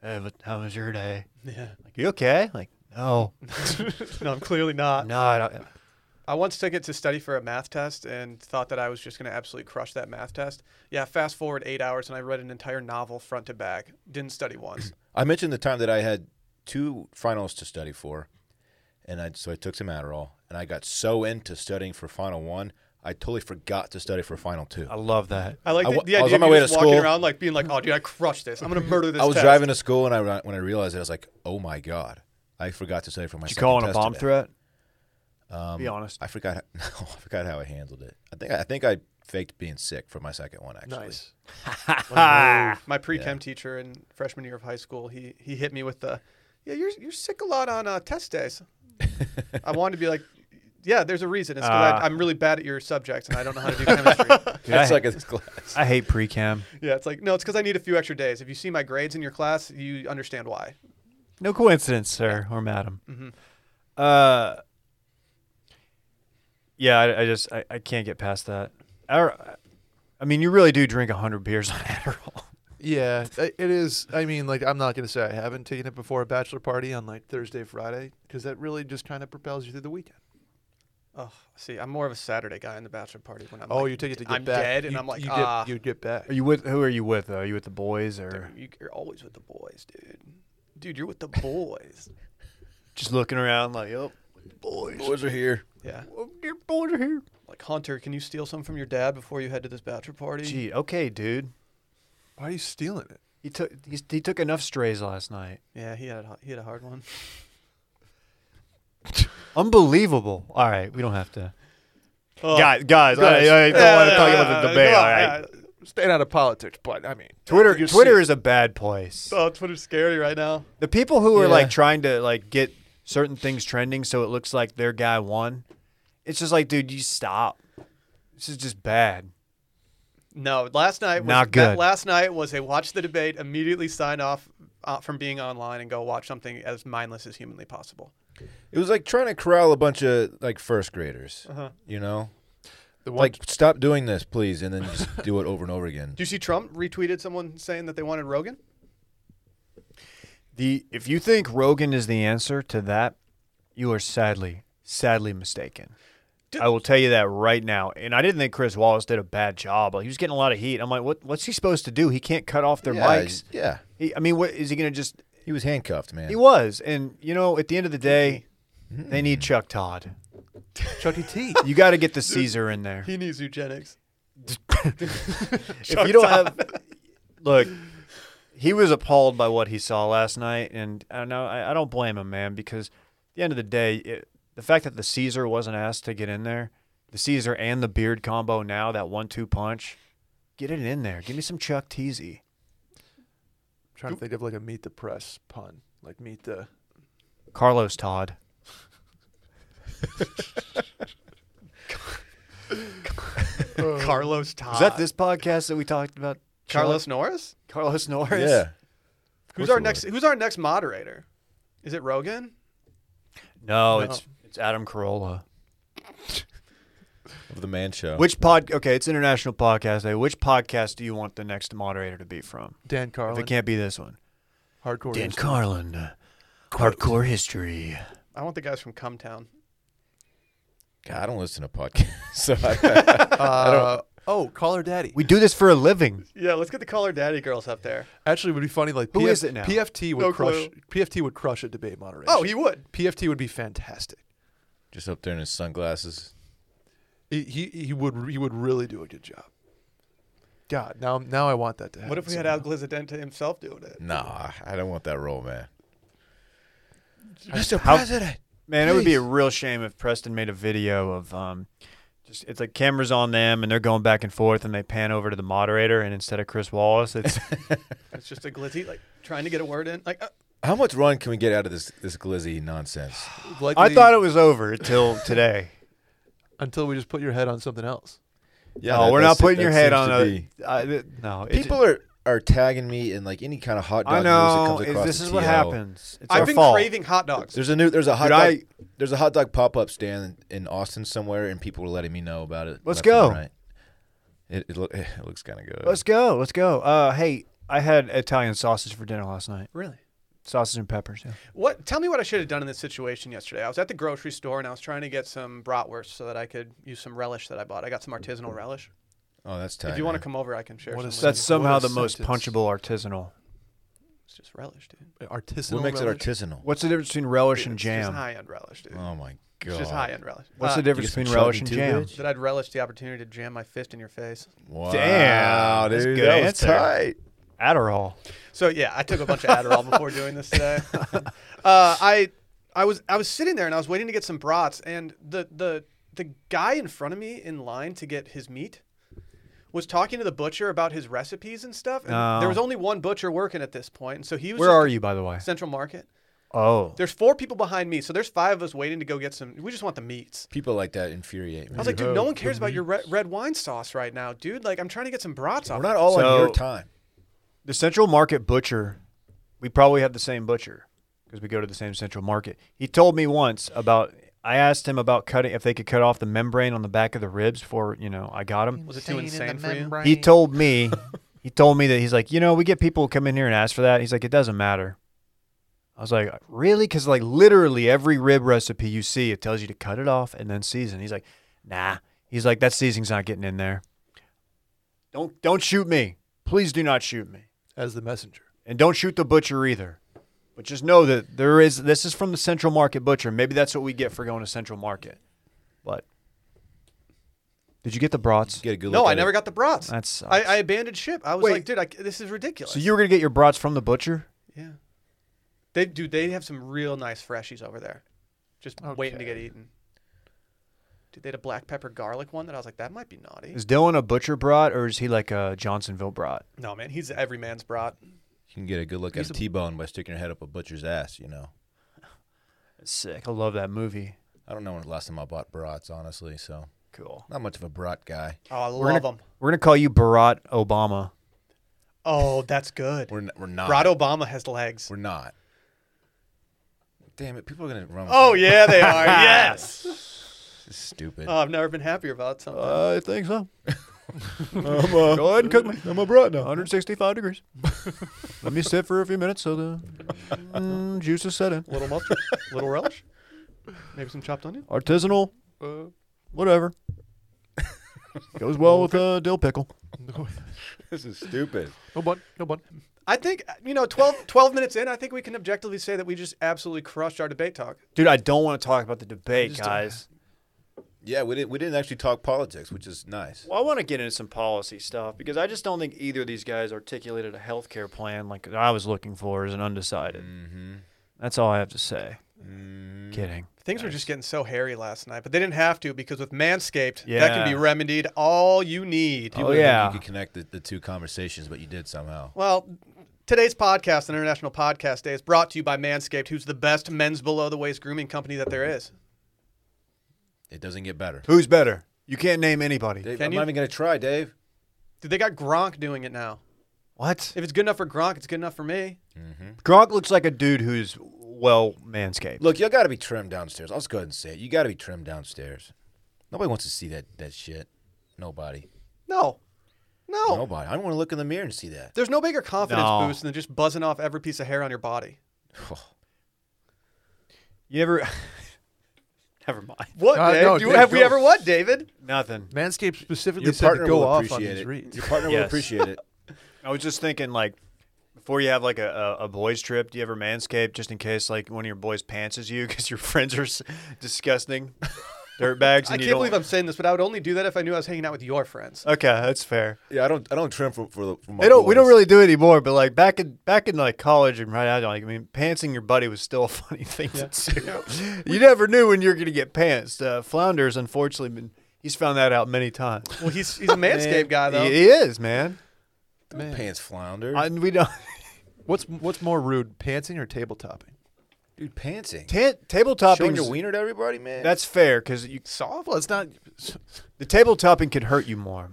B: hey, but how was your day?
A: Yeah.
B: Like you okay? Like no,
A: no, I'm clearly not.
B: no, I don't.
A: I once took it to study for a math test and thought that I was just going to absolutely crush that math test. Yeah, fast forward eight hours and I read an entire novel front to back. Didn't study once.
C: I mentioned the time that I had two finals to study for, and I so I took some Adderall, and I got so into studying for final one, I totally forgot to study for final two.
B: I love that.
A: I like
C: I
A: the,
C: wa-
A: the
C: I was
A: idea
C: on my
A: of you
C: way
A: just
C: to
A: walking
C: school.
A: around like being like, "Oh, dude, I crushed this. I'm going to murder this."
C: I was
A: test."
C: driving to school, and I re- when I realized it, I was like, "Oh my god, I forgot to study for my."
B: Did you
C: second
B: call in a
C: test
B: bomb
C: today."
B: threat? Be honest.
C: I forgot. No, I forgot how I handled it. I think I think I faked being sick for my second one. Actually,
D: Nice.
A: My pre-chem teacher in freshman year of high school, he he hit me with the, "Yeah, you're you're sick a lot on uh, test days." I wanted to be like, "Yeah, there's a reason. It's because
B: Ah.
A: I'm really bad at your subjects and I don't know how to do chemistry."
C: that's
B: I-
C: like a class.
B: I hate pre-cam.
A: yeah, it's like, "No, it's because I need a few extra days. If you see my grades in your class, you understand why."
B: No coincidence, sir or madam. Uh, yeah, I, I just I, I can't get past that. Adder- I mean, you really do drink hundred beers on Adderall.
D: Yeah, i- it is. I mean, like, I'm not going to say I haven't taken it before a bachelor party on like Thursday, Friday, because that really just kind of propels you through the weekend.
A: Oh, see, I'm more of a Saturday guy in the bachelor party when I'm.
D: Oh,
A: like,
D: you take it to get
A: I'm
D: back.
A: dead, and
D: You-
A: I'm like,
D: you
A: ah,
D: get, you get back.
B: Are you with who are you with? Though? Are you with the boys or
A: you, you're always with the boys, dude. Dude, you're with the boys.
B: just looking around like, oh,
C: Boys are here.
A: yeah,
B: your boys are here.
A: like Hunter, can you steal some from your dad before you head to this bachelor party?
B: Gee, okay, dude.
D: Why are you stealing it?
B: He took he, he took enough strays last night.
A: Yeah, he had a, he had a hard one.
B: Unbelievable. All right, we don't have to.
A: Oh,
B: guys, guys, I, I don't want to talk about the debate. All right.
D: Staying out of politics, but I mean,
B: Twitter
D: you
B: Twitter
D: see-
B: is a bad place.
A: Oh, Twitter's scary right now.
B: The people who are
C: Yeah.
B: like trying to like get certain things trending so it looks like their guy won. It's just like, dude, you stop. This is just bad.
A: No, last night was
B: Not
A: that
B: good.
A: last night was a watch the debate, immediately sign off uh, from being online and go watch something as mindless as humanly possible.
C: It was like trying to corral a bunch of like first graders.
B: Uh-huh.
C: You know,
D: The one,
C: like stop doing this, please, and then just do it over and over again.
A: Do you see Trump retweeted someone saying that they wanted Rogan?
B: The if you think Rogan is the answer to that, you are sadly, sadly mistaken. I will tell you that right now. And I didn't think Chris Wallace did a bad job. Like, he was getting a lot of heat. I'm like, what? What's he supposed to do? He can't cut off their
C: yeah,
B: mics.
C: Yeah,
B: He, I mean, what is he going to just?
C: he was handcuffed, man.
B: He was, and you know, at the end of the day, they need Chuck Todd.
D: Chuck E. T.
B: You got to get the Caesar in there.
A: He needs eugenics.
B: if you don't have, look, he was appalled by what he saw last night, and I don't know I, I don't blame him, man, because at the end of the day, it, the fact that the Caesar wasn't asked to get in there, the Caesar and the beard combo now, that one-two punch, get it in there. Give me some Chuck Teasy.
D: trying to think of like a meet the press pun, like meet the.
B: Carlos Todd.
A: Carlos Todd.
B: Was that this podcast that we talked about? Chuck?
A: Carlos Norris?
B: Carlos Norris.
C: yeah.
A: Who's
C: course
A: our
C: it
A: next? Who's our next moderator? Is it Rogan?
B: No, it's it's Adam Carolla.
C: Of the man show.
B: Which pod? Okay, it's International Podcast Day. Which podcast do you want the next moderator to be from?
D: Dan
B: If
D: Carlin,
B: it can't be this one,
D: hardcore.
B: Dan
D: hipster.
B: Carlin, uh, Hardcore History.
A: I want the guys from Cumtown.
C: God, I don't listen to podcasts. So I,
D: Uh, oh, call her daddy.
B: We do this for a living.
A: Yeah, let's get the caller daddy girls up there.
D: Actually, it would be funny. Like
B: Who
D: PF
B: is it now?
D: PFT would
A: No
D: crush.
A: clue.
D: PFT would crush a debate moderation.
A: Oh, he would.
D: PFT would be fantastic.
C: just up there in his sunglasses.
D: He, he he would he would really do a good job. God, now now I want that to happen.
A: What if we had
D: somehow.
A: Al Glizadenta himself doing it?
C: Nah, I don't want that role, man. Mr.
B: How-
C: President.
B: Man, it would be a real shame if Preston made a video of um, just it's like cameras on them and they're going back and forth and they pan over to the moderator and instead of Chris Wallace, it's
A: It's just a glizzy, like trying to get a word in. Like, uh,
C: How much run can we get out of this this glizzy nonsense?
D: Likely-
B: I thought it was over till today.
D: until we just put your head on something else.
C: Yeah,
B: no,
C: that-
B: Oh, we're
C: that's-
B: not putting
C: that
B: your head
C: seems
B: on
C: to
B: a.
C: be-
B: I, th- no, it-
C: People are are tagging me in like any kind of hot dog
B: I know.
C: news that comes
B: it-
C: across
B: this
C: the
B: is what
C: TL.
B: happens. It's our
A: I've been
B: fault.
A: craving hot dogs.
C: There's a new there's a hot
B: Dude,
C: dog,
B: I-
C: there's a hot dog pop up stand in Austin somewhere, and people were letting me know about it.
B: Let's
C: left and
B: go.
C: right. It, it, look, it looks kind of good.
B: Let's go. Let's go. Uh, hey, I had Italian sausage for dinner last night.
A: Really?
B: Sausage and peppers. Yeah.
A: What? Tell me what I should have done in this situation yesterday. I was at the grocery store and I was trying to get some bratwurst so that I could use some relish that I bought. I got some artisanal relish.
C: oh, that's tight.
A: if you want to
C: man.
A: come over, I can share
D: What
A: some.
D: is
A: with
B: That's
A: you.
D: What
B: somehow
D: a
B: the most
D: sentence.
B: punchable artisanal.
A: It's just relish, dude.
D: Artisanal.
C: what makes
D: relish?
C: it artisanal?
B: What's the difference between relish and
A: It's just
B: jam?
A: high end relish, dude.
C: Oh my god,
A: it's just high end relish.
B: What's
A: Uh,
B: the difference
C: get some
B: between relish and
C: chutney
B: jam?
C: too, bitch?
A: That I'd relish the opportunity to jam my fist in your face.
C: Wow,
B: Damn,
C: dude,
B: that's a good
C: that
B: answer.
C: was tight.
B: Adderall.
A: So yeah, I took a bunch of Adderall before doing this today. Uh, I I was I was sitting there and I was waiting to get some brats, and the the the guy in front of me in line to get his meat was talking to the butcher about his recipes and stuff. And
B: Oh.
A: There was only one butcher working at this point, and so he was.
B: Where
A: just-
B: are you, by the way?
A: Central Market.
B: Oh,
A: There's four people behind me, so there's five of us waiting to go get some. We just want the meats.
C: People like that infuriate me.
A: I was like, dude, no one cares about your red, red wine sauce right now, dude. Like, I'm trying to get some brats
C: we're
A: off.
C: not all on your
B: So-
C: time.
B: the Central Market butcher. We probably have the same butcher because we go to the same Central Market. He told me once about. I asked him about cutting if they could cut off the membrane on the back of the ribs before you know I got him.
A: was it too insane for you?
B: He told me, he told me that he's like, you know, we get people who come in here and ask for that. He's like, it doesn't matter. I was like, really? Because like literally every rib recipe you see, it tells you to cut it off and then season. He's like, nah. He's like, that seasoning's not getting in there. Don't don't shoot me. Please do not shoot me,
D: as the messenger.
B: and don't shoot the butcher either. But just know that there is this is from the Central Market butcher. Maybe that's what we get for going to Central Market. But did you get the brats?
C: Get a good
A: No,
C: look
A: I
C: at
A: never
C: it.
A: got the brats.
B: That sucks.
A: I, I abandoned ship. I was
B: Wait.
A: like, dude, I, this is ridiculous.
B: So you were gonna get your brats from the butcher?
A: yeah. They do. They have some real nice freshies over there, just waiting to get eaten. Dude, they had a black pepper garlic one that I was like, that might be naughty.
B: Is Dylan a butcher brat or is he like a Johnsonville brat?
A: No, man, he's every man's brat.
C: You can get a good look at a T-bone by sticking your head up a butcher's ass. You know.
B: That's sick. I love that movie.
C: I don't know when the last time I bought brats, honestly. So
B: Cool.
C: not much of a brat guy.
A: Oh, I
B: We're
A: love
B: gonna-
A: them.
B: We're gonna call you Barack Obama.
A: Oh, that's good.
C: We're n- we're not.
A: Rod Obama has legs.
C: We're not. Damn it! People are gonna run. with
A: Oh
C: me.
A: yeah, they are. yes.
C: This is stupid.
A: Oh, I've never been happier about something.
B: I think so. Go ahead and cook me. I'm a brat now. 165 degrees. Let me sit for a few minutes so the mm, juice is set in.
A: little mustard, little relish, maybe some chopped onion.
B: Artisanal,
D: Uh,
B: whatever. Goes well with a uh, dill pickle.
C: this is stupid.
D: no bun, no bun.
A: I think you know 12, 12 minutes in. I think we can objectively say that we just absolutely crushed our debate talk.
B: Dude, I don't want to talk about the debate,
D: Just, uh,
B: guys.
C: Yeah, we didn't we didn't actually talk politics, which is nice.
B: Well, I want to get into some policy stuff because I just don't think either of these guys articulated a health care plan like I was looking for as an undecided.
C: Mm-hmm.
B: That's all I have to say.
C: mm
B: Kidding.
A: Things were just getting so hairy last night, but they didn't have to because with Manscaped, that can
B: Yeah.
A: be remedied all you need.
B: Oh,
C: People would think
B: yeah.
C: you could connect the, the two conversations, but you did somehow.
A: Well, today's podcast, an International Podcast Day, is brought to you by Manscaped, who's the best men's below the waist grooming company that there is.
C: It doesn't get better.
B: Who's better? You can't name anybody.
C: Dave,
A: Can
C: I'm
A: you?
C: not even gonna try, Dave.
A: Dude, they got Gronk doing it now.
B: What?
A: If it's good enough for Gronk, it's good enough for me.
B: Gronk looks like a dude who's well manscaped.
C: Look, you got to be trimmed downstairs. I'll just go ahead and say it. You got to be trimmed downstairs. Nobody wants to see that that shit. Nobody.
A: No.
B: Oh.
A: No.
C: Nobody. I don't want to look in the mirror and see that.
A: There's no bigger confidence
B: No.
A: boost than just buzzing off every piece of hair on your body.
B: You never. Never mind.
A: What,
D: Uh,
A: Dave?
D: no,
A: Do-
D: Dave,
A: have we
D: go.
A: ever what, David?
B: Nothing.
D: Manscaped specifically
C: Your
D: said
C: partner
D: to go
C: will
D: off on
C: appreciate
D: these
C: it.
D: reads.
C: Your partner will
B: Yes.
C: appreciate it.
B: I was just thinking, like, before you have like a, a, a boys trip, do you ever manscape just in case like one of your boys pantses you because your friends are s- disgusting dirtbags?
A: I
B: and you
A: can't
B: don't-
A: believe I'm saying this, but I would only do that if I knew I was hanging out with your friends.
B: Okay, that's fair.
C: Yeah, I don't. I don't trim for for, the- for my.
B: They don't. We don't
C: boys.
B: really do it anymore. But like back in back in like college and right now, like I mean, pantsing your buddy was still a funny thing to do. you never knew when you're gonna get pants. Uh, Flounders, unfortunately, been, he's found that out many times.
A: Well, he's he's a Manscaped guy though.
B: He, he is, man.
C: Don't Pants flounder.
B: I, we don't
D: What's what's more rude, pantsing or table topping?
C: Dude, pantsing.
B: ta- table topping.
C: Showing your wiener to everybody, man.
B: That's fair because you
D: Soft? Well, it's not.
B: the table topping could hurt you more,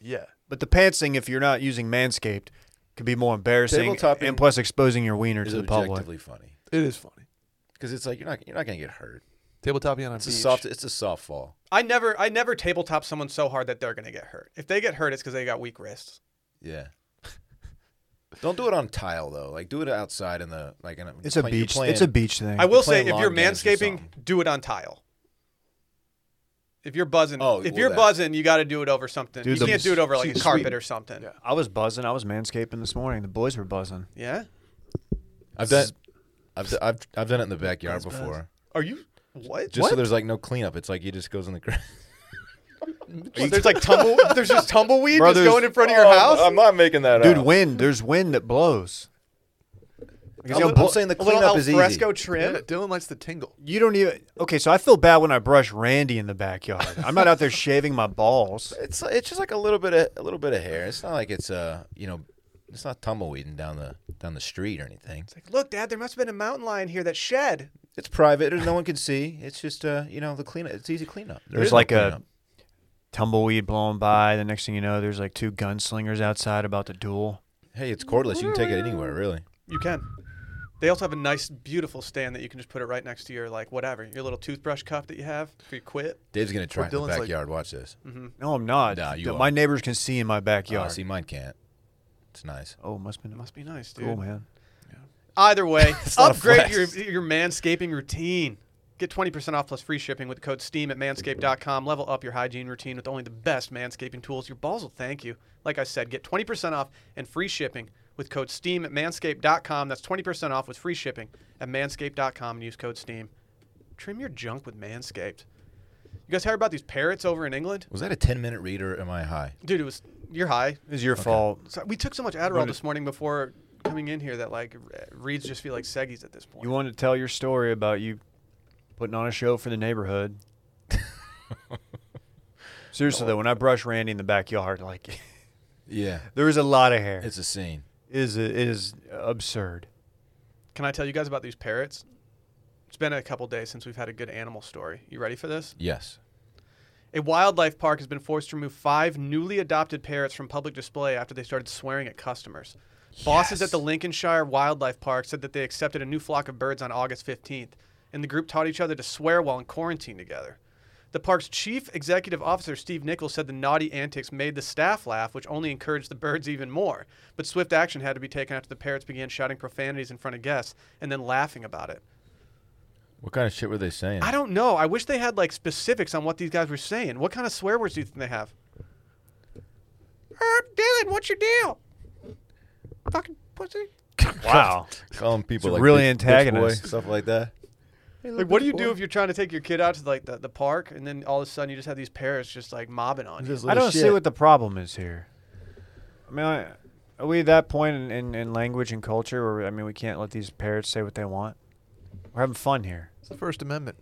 D: Yeah.
B: but the pantsing, if you're not using Manscaped, could be more embarrassing
C: Tabletopping
B: and plus exposing your wiener
C: is
B: to the public.
C: objectively funny
D: It is funny.
C: because it's like you're not you're not gonna get hurt.
D: Table topping on a
C: It's
D: beach.
C: a soft. It's a soft fall.
A: I never I never tabletop someone so hard that they're gonna get hurt. If they get hurt, it's because they got weak wrists.
C: Yeah. Don't do it on tile though. Like do it outside in the like. In a,
B: It's a
C: play- you're
B: beach.
C: playing-
B: It's a beach thing.
A: I will say,
C: playing
A: if
C: lawn
A: you're
C: games or
A: manscaping,
C: something.
A: do it on tile. If you're buzzing,
C: Oh,
A: if
C: well,
A: you're
C: that-
A: buzzing, you got to do it over something.
B: Dude,
A: you
B: the-
A: can't do it over like a
C: sweet-
A: carpet or something. Yeah.
D: Yeah.
B: I was buzzing. I was manscaping this morning. The boys were buzzing.
C: I've done. I've, d- I've, I've done it in the backyard before.
A: Are you what?
C: Just so there's like no cleanup. It's like he just goes in the grass.
A: What, there's like tumble. there's just tumbleweed
B: Bro,
A: just
B: there's-
A: going in front of your house.
C: Oh, I'm not making that
B: Dude,
C: up.
B: wind. There's wind that blows.
C: I'm,
B: you know,
C: I'm
B: blo-
C: saying the
A: a little
C: cleanup is easy.
A: alfresco trim.
D: Yeah, Dylan likes the tingle.
B: You don't even. Okay, so I feel bad when I brush Randy in the backyard. I'm not out there shaving my balls.
C: It's it's just like a little bit of a little bit of hair. It's not like it's uh you know, it's not tumbleweeding down the down the street or anything.
A: It's like, look, Dad, there must have been a mountain lion here that shed.
C: It's private and no one can see. It's just uh you know the cleanup. It's easy cleanup. There
B: There's
C: is no
B: like a-
C: cleanup.
B: Tumbleweed blowing by. The next thing you know, there's like two gunslingers outside about to duel.
C: hey, it's cordless. You can take it anywhere really.
A: You can. They also have a nice, beautiful stand that you can just put it right next to your like whatever your little toothbrush cup that you have for your quit.
C: Dave's gonna try
D: Or
C: it in the
D: Dylan's like-
C: backyard. Watch this.
B: No, I'm not.
C: Nah, you
B: Th-
C: are.
B: my neighbors can see in my backyard.
C: Uh, see, mine can't. It's nice.
B: oh, must be
A: It must be nice, dude.
B: cool, man.
A: Either way,
C: not a
A: upgrade your,
C: flex.
A: your manscaping routine. Get 20% off plus free shipping with the code STEAM at manscaped.com. Level up your hygiene routine with only the best manscaping tools. Your balls will thank you. Like I said, get 20% off and free shipping with code STEAM at manscaped.com. That's 20% off with free shipping at manscaped.com and use code STEAM. Trim your junk with Manscaped. You guys heard about these parrots over in England?
C: Was that a ten minute read or am I high?
A: Dude, it was you're high.
B: It's your fault.
A: So we took so much Adderall this morning before coming in here that like re- reads just feel like seggies at this point.
B: You want to tell your story about you putting on a show for the neighborhood. Seriously though, when I brush Randy in the backyard, like
C: Yeah,
B: there is a lot of hair. It's,
C: it's a scene.
B: it is it is absurd.
A: Can I tell you guys about these parrots? It's been a couple days since we've had a good animal story. You ready for this?
C: Yes.
A: A wildlife park has been forced to remove five newly adopted parrots from public display after they started swearing at customers. Bosses at the Lincolnshire Wildlife Park said that they accepted a new flock of birds on August 15th, and the group taught each other to swear while in quarantine together. The park's chief executive officer, Steve Nichols, said the naughty antics made the staff laugh, which only encouraged the birds even more. But swift action had to be taken after the parrots began shouting profanities in front of guests and then laughing about it.
C: What kind of shit were they saying?
A: I don't know. I wish they had like specifics on what these guys were saying. What kind of swear words do you think they have? Er, Dylan, what's your deal? Fucking pussy.
E: Wow.
C: Calling people
B: It's
C: like
B: really
C: bitch- bitch boy,
B: antagonist.
C: stuff like that.
A: Like, what do you do if you're trying to take your kid out to like the, the park and then all of a sudden you just have these parrots just like mobbing on you?
B: I don't see what the problem is here. I mean, I, are we at that point in, in, in language and culture where, I mean, we can't let these parrots say what they want? We're having fun here.
D: It's the First Amendment.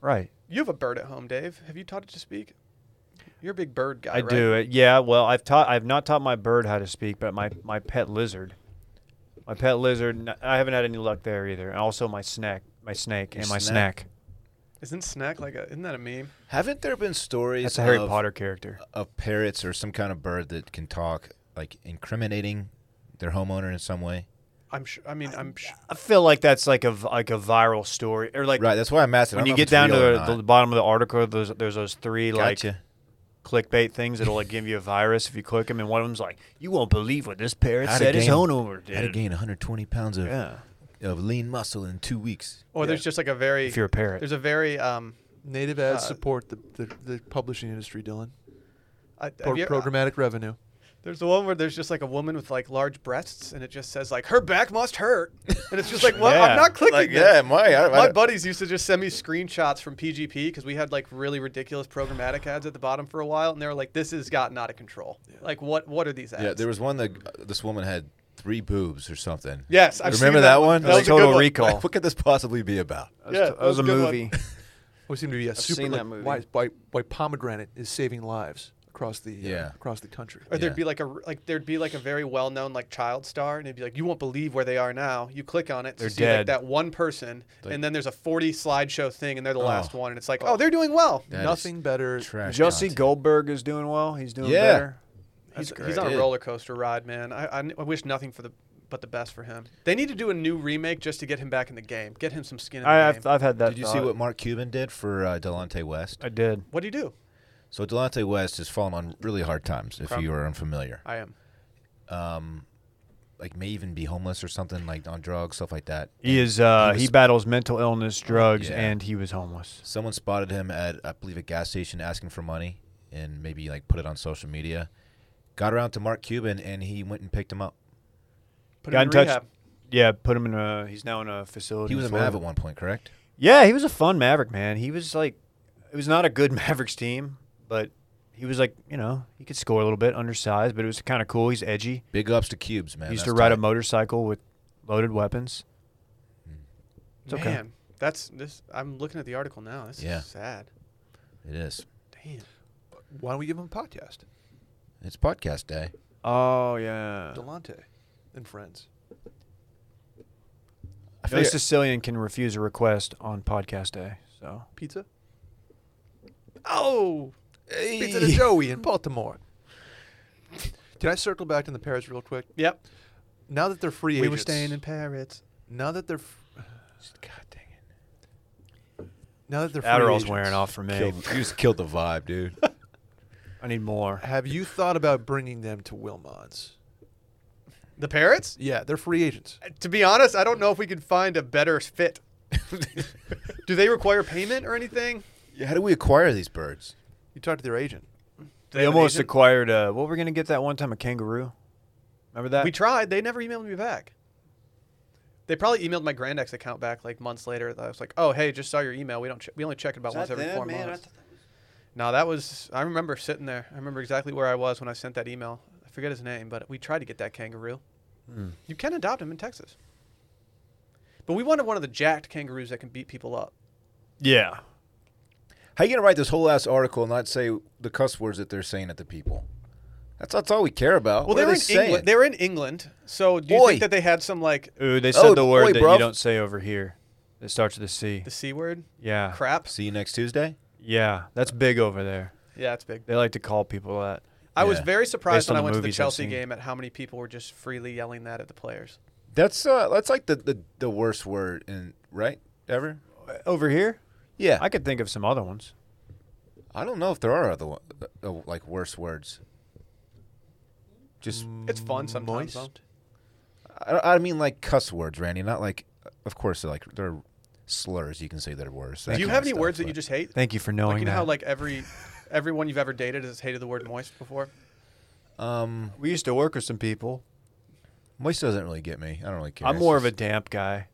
B: Right.
A: You have a bird at home, Dave. Have you taught it to speak? You're a big bird guy,
B: I
A: right?
B: do it. Yeah, well, I've taught I've not taught my bird how to speak, but my my pet lizard. My pet lizard, n- I haven't had any luck there either. And also my snack, my snake
C: Your
B: and my
C: snack.
B: snack.
A: Isn't snack like a? Isn't that a meme?
C: Haven't there been stories
B: That's a Harry
C: of,
B: Potter character.
C: of parrots or some kind of bird that can talk, like incriminating their homeowner in some way?
A: I'm sure. I mean, I'm. Sh-
B: I feel like that's like a v- like a viral story or like
C: Right. That's why I'm asking. I
B: when
C: don't
B: you
C: know if
B: get
C: it's
B: down to
C: real or
B: the,
C: not.
B: the bottom of the article, there's, there's those three like
C: Gotcha.
B: clickbait things that'll like give you a virus if you click them, and one of them's like, "You won't believe what this parrot
C: How to
B: said his
C: gain-
B: homeowner
C: How to
B: did."
C: gain 120 pounds of,
B: Yeah,
C: of lean muscle in two weeks.
A: or there's just like a very.
B: if you're a parrot,
A: there's a very um.
D: Native ads
A: Uh,
D: support the, the, the publishing industry, Dylan.
A: I, have
D: Pro-
A: you- uh,
D: programmatic revenue.
A: There's the one where there's just like a woman with like large breasts, and it just says like her back must hurt, and it's just like what?
B: Yeah.
A: I'm not clicking.
C: Like,
A: this.
C: yeah, my, I,
A: My
C: I,
A: buddies used to just send me screenshots from PGP because we had like really ridiculous programmatic ads at the bottom for a while, and they were like, "This has gotten out of control. Like, what? What are these ads?"
C: yeah, there was one that uh, this woman had three boobs or something.
A: yes, I
C: Remember that one?
A: That
C: Like
A: was a
B: Total
A: good one.
B: Recall.
C: Like, what could this possibly be about?
B: That was-
A: yeah,
B: that
A: that
B: was a
A: was a good one.
B: movie.
D: We seem to be a super
B: seen
D: like,
B: that movie.
D: Why, why, why pomegranate is saving lives across the uh,
C: Yeah.
D: across the country.
A: Or there'd
C: Yeah.
A: be like a like there'd be like a very well known like child star, and it'd be like, "You won't believe where they are now." You click on it, to
B: They're
A: see
B: dead.
A: like that one person, and then there's a 40 slideshow thing, and they're the last one, and it's like, "Oh, they're doing well."
C: That is
D: Nothing better.
C: Trash.
B: Jussie
C: content.
B: Goldberg is doing well. He's doing
C: Yeah.
B: better.
A: He's,
C: That's
A: he's
C: great.
A: on a
C: Yeah.
A: roller coaster ride, man. I, I, I wish nothing for the but the best for him. They need to do a new remake just to get him back in the game. Get him some skin in the
B: I,
A: game.
B: I've, I've had that.
C: Did you see
B: thought.
C: what Mark Cuban did for uh, Delonte West?
B: I did?
A: what do you do?
C: So Delonte West has fallen on really hard times. If
A: Crumb.
C: you are unfamiliar,
A: I am.
C: um, like may even be homeless or something, like on drugs, stuff like that.
B: He is. Uh, he,
C: was-
B: battles mental illness, drugs,
C: Yeah.
B: and he was homeless.
C: Someone spotted him at, I believe, a gas station asking for money, and maybe like put it on social media. Got around to Mark Cuban, and he went and picked him up.
A: Put him
B: Got
A: in,
B: in touch-
A: rehab.
B: Yeah, put him in a. He's now in a facility.
C: He was
B: in
C: a
B: Florida.
C: Mav at one point, correct?
B: Yeah, he was a fun Maverick man. He was like, it was not a good Mavericks team, but he was like, you know, he could score a little bit, undersized, but it was kind of cool. He's edgy.
C: Big ups to Cubes, man.
B: he used to
C: That's
B: ride a
C: tight.
B: motorcycle with loaded weapons. It's
A: Man,
B: okay.
A: that's this. I'm looking at the article now. This
C: Yeah.
A: is sad.
C: It is.
A: Damn.
D: Why don't we give him a podcast?
C: It's podcast day.
B: Oh yeah.
D: Delonte and friends.
C: I
B: No
C: figure-
B: Sicilian can refuse a request on podcast day. So
D: Pizza.
A: Oh,
D: Pizza to Joey in Baltimore. Can I circle back to the parrots real quick?
A: yep.
D: Now that they're free
A: We
D: agents,
A: were staying in Paris.
D: now that they're f-
C: God dang it!
D: now that they're free
B: Adderall's
D: agents,
B: wearing off for me.
C: Killed, you just killed the vibe, dude.
B: I need more.
D: Have you thought about bringing them to Wilmot's?
A: The parrots?
D: Yeah, they're free agents.
A: Uh, To be honest, I don't know if we could find a better fit. do they require payment or anything?
C: Yeah, how do we acquire these birds?
D: You talk to their agent.
A: Do
B: They,
A: have an
B: almost
A: agent?
B: acquired. Uh, what were we gonna get that one time? A kangaroo. Remember that?
A: We tried. They never emailed me back. They probably emailed my Grand X account back like months later. I was like, "Oh, hey, just saw your email. We don't. Che- we only check it about once every four months." No, that was. I remember sitting there. I remember exactly where I was when I sent that email. I forget his name, but we tried to get that kangaroo.
C: Hmm.
A: You can adopt him in Texas. But we wanted one of the jacked kangaroos that can beat people up.
B: yeah.
C: How you gonna write this whole ass article and not say the cuss words that they're saying at the people? That's that's all we care about.
A: Well,
C: What
A: they
C: are
A: were in
C: they saying?
A: England. They were in England. So do you
C: Oi.
A: think that they had some like?
B: Ooh, they
C: Oh,
B: said the word
C: oi,
B: that
C: bruv.
B: you don't say over here. It starts with a C.
A: The C word?
B: Yeah.
A: Crap.
C: See you next Tuesday.
B: Yeah. That's big over there.
A: Yeah, it's big.
B: They like to call people that.
A: I was
C: Yeah.
A: very surprised
B: Based on
A: when I
B: the
A: went to the
B: movies I've
A: Chelsea
B: seen.
A: game at how many people were just freely yelling that at the players.
C: That's uh, that's like the, the the worst word in right ever.
B: Over here?
C: Yeah,
B: I could think of some other ones.
C: I don't know if there are other one- uh, uh, like worse words. Just
A: It's
B: Mm,
A: fun sometimes.
D: Moist.
C: I, I mean like cuss words, Randy. Not like uh, of course they're like they're slurs. You can say they're worse.
A: though. Do you have any words that you just hate?
B: Thank you for knowing
A: Like you know
B: that.
A: how like every everyone you've ever dated has hated the word moist before?
C: um
B: we used to work with some people.
C: moist doesn't really get me. I don't really care.
B: I'm
C: It's
B: more of a
C: just-
B: damp guy.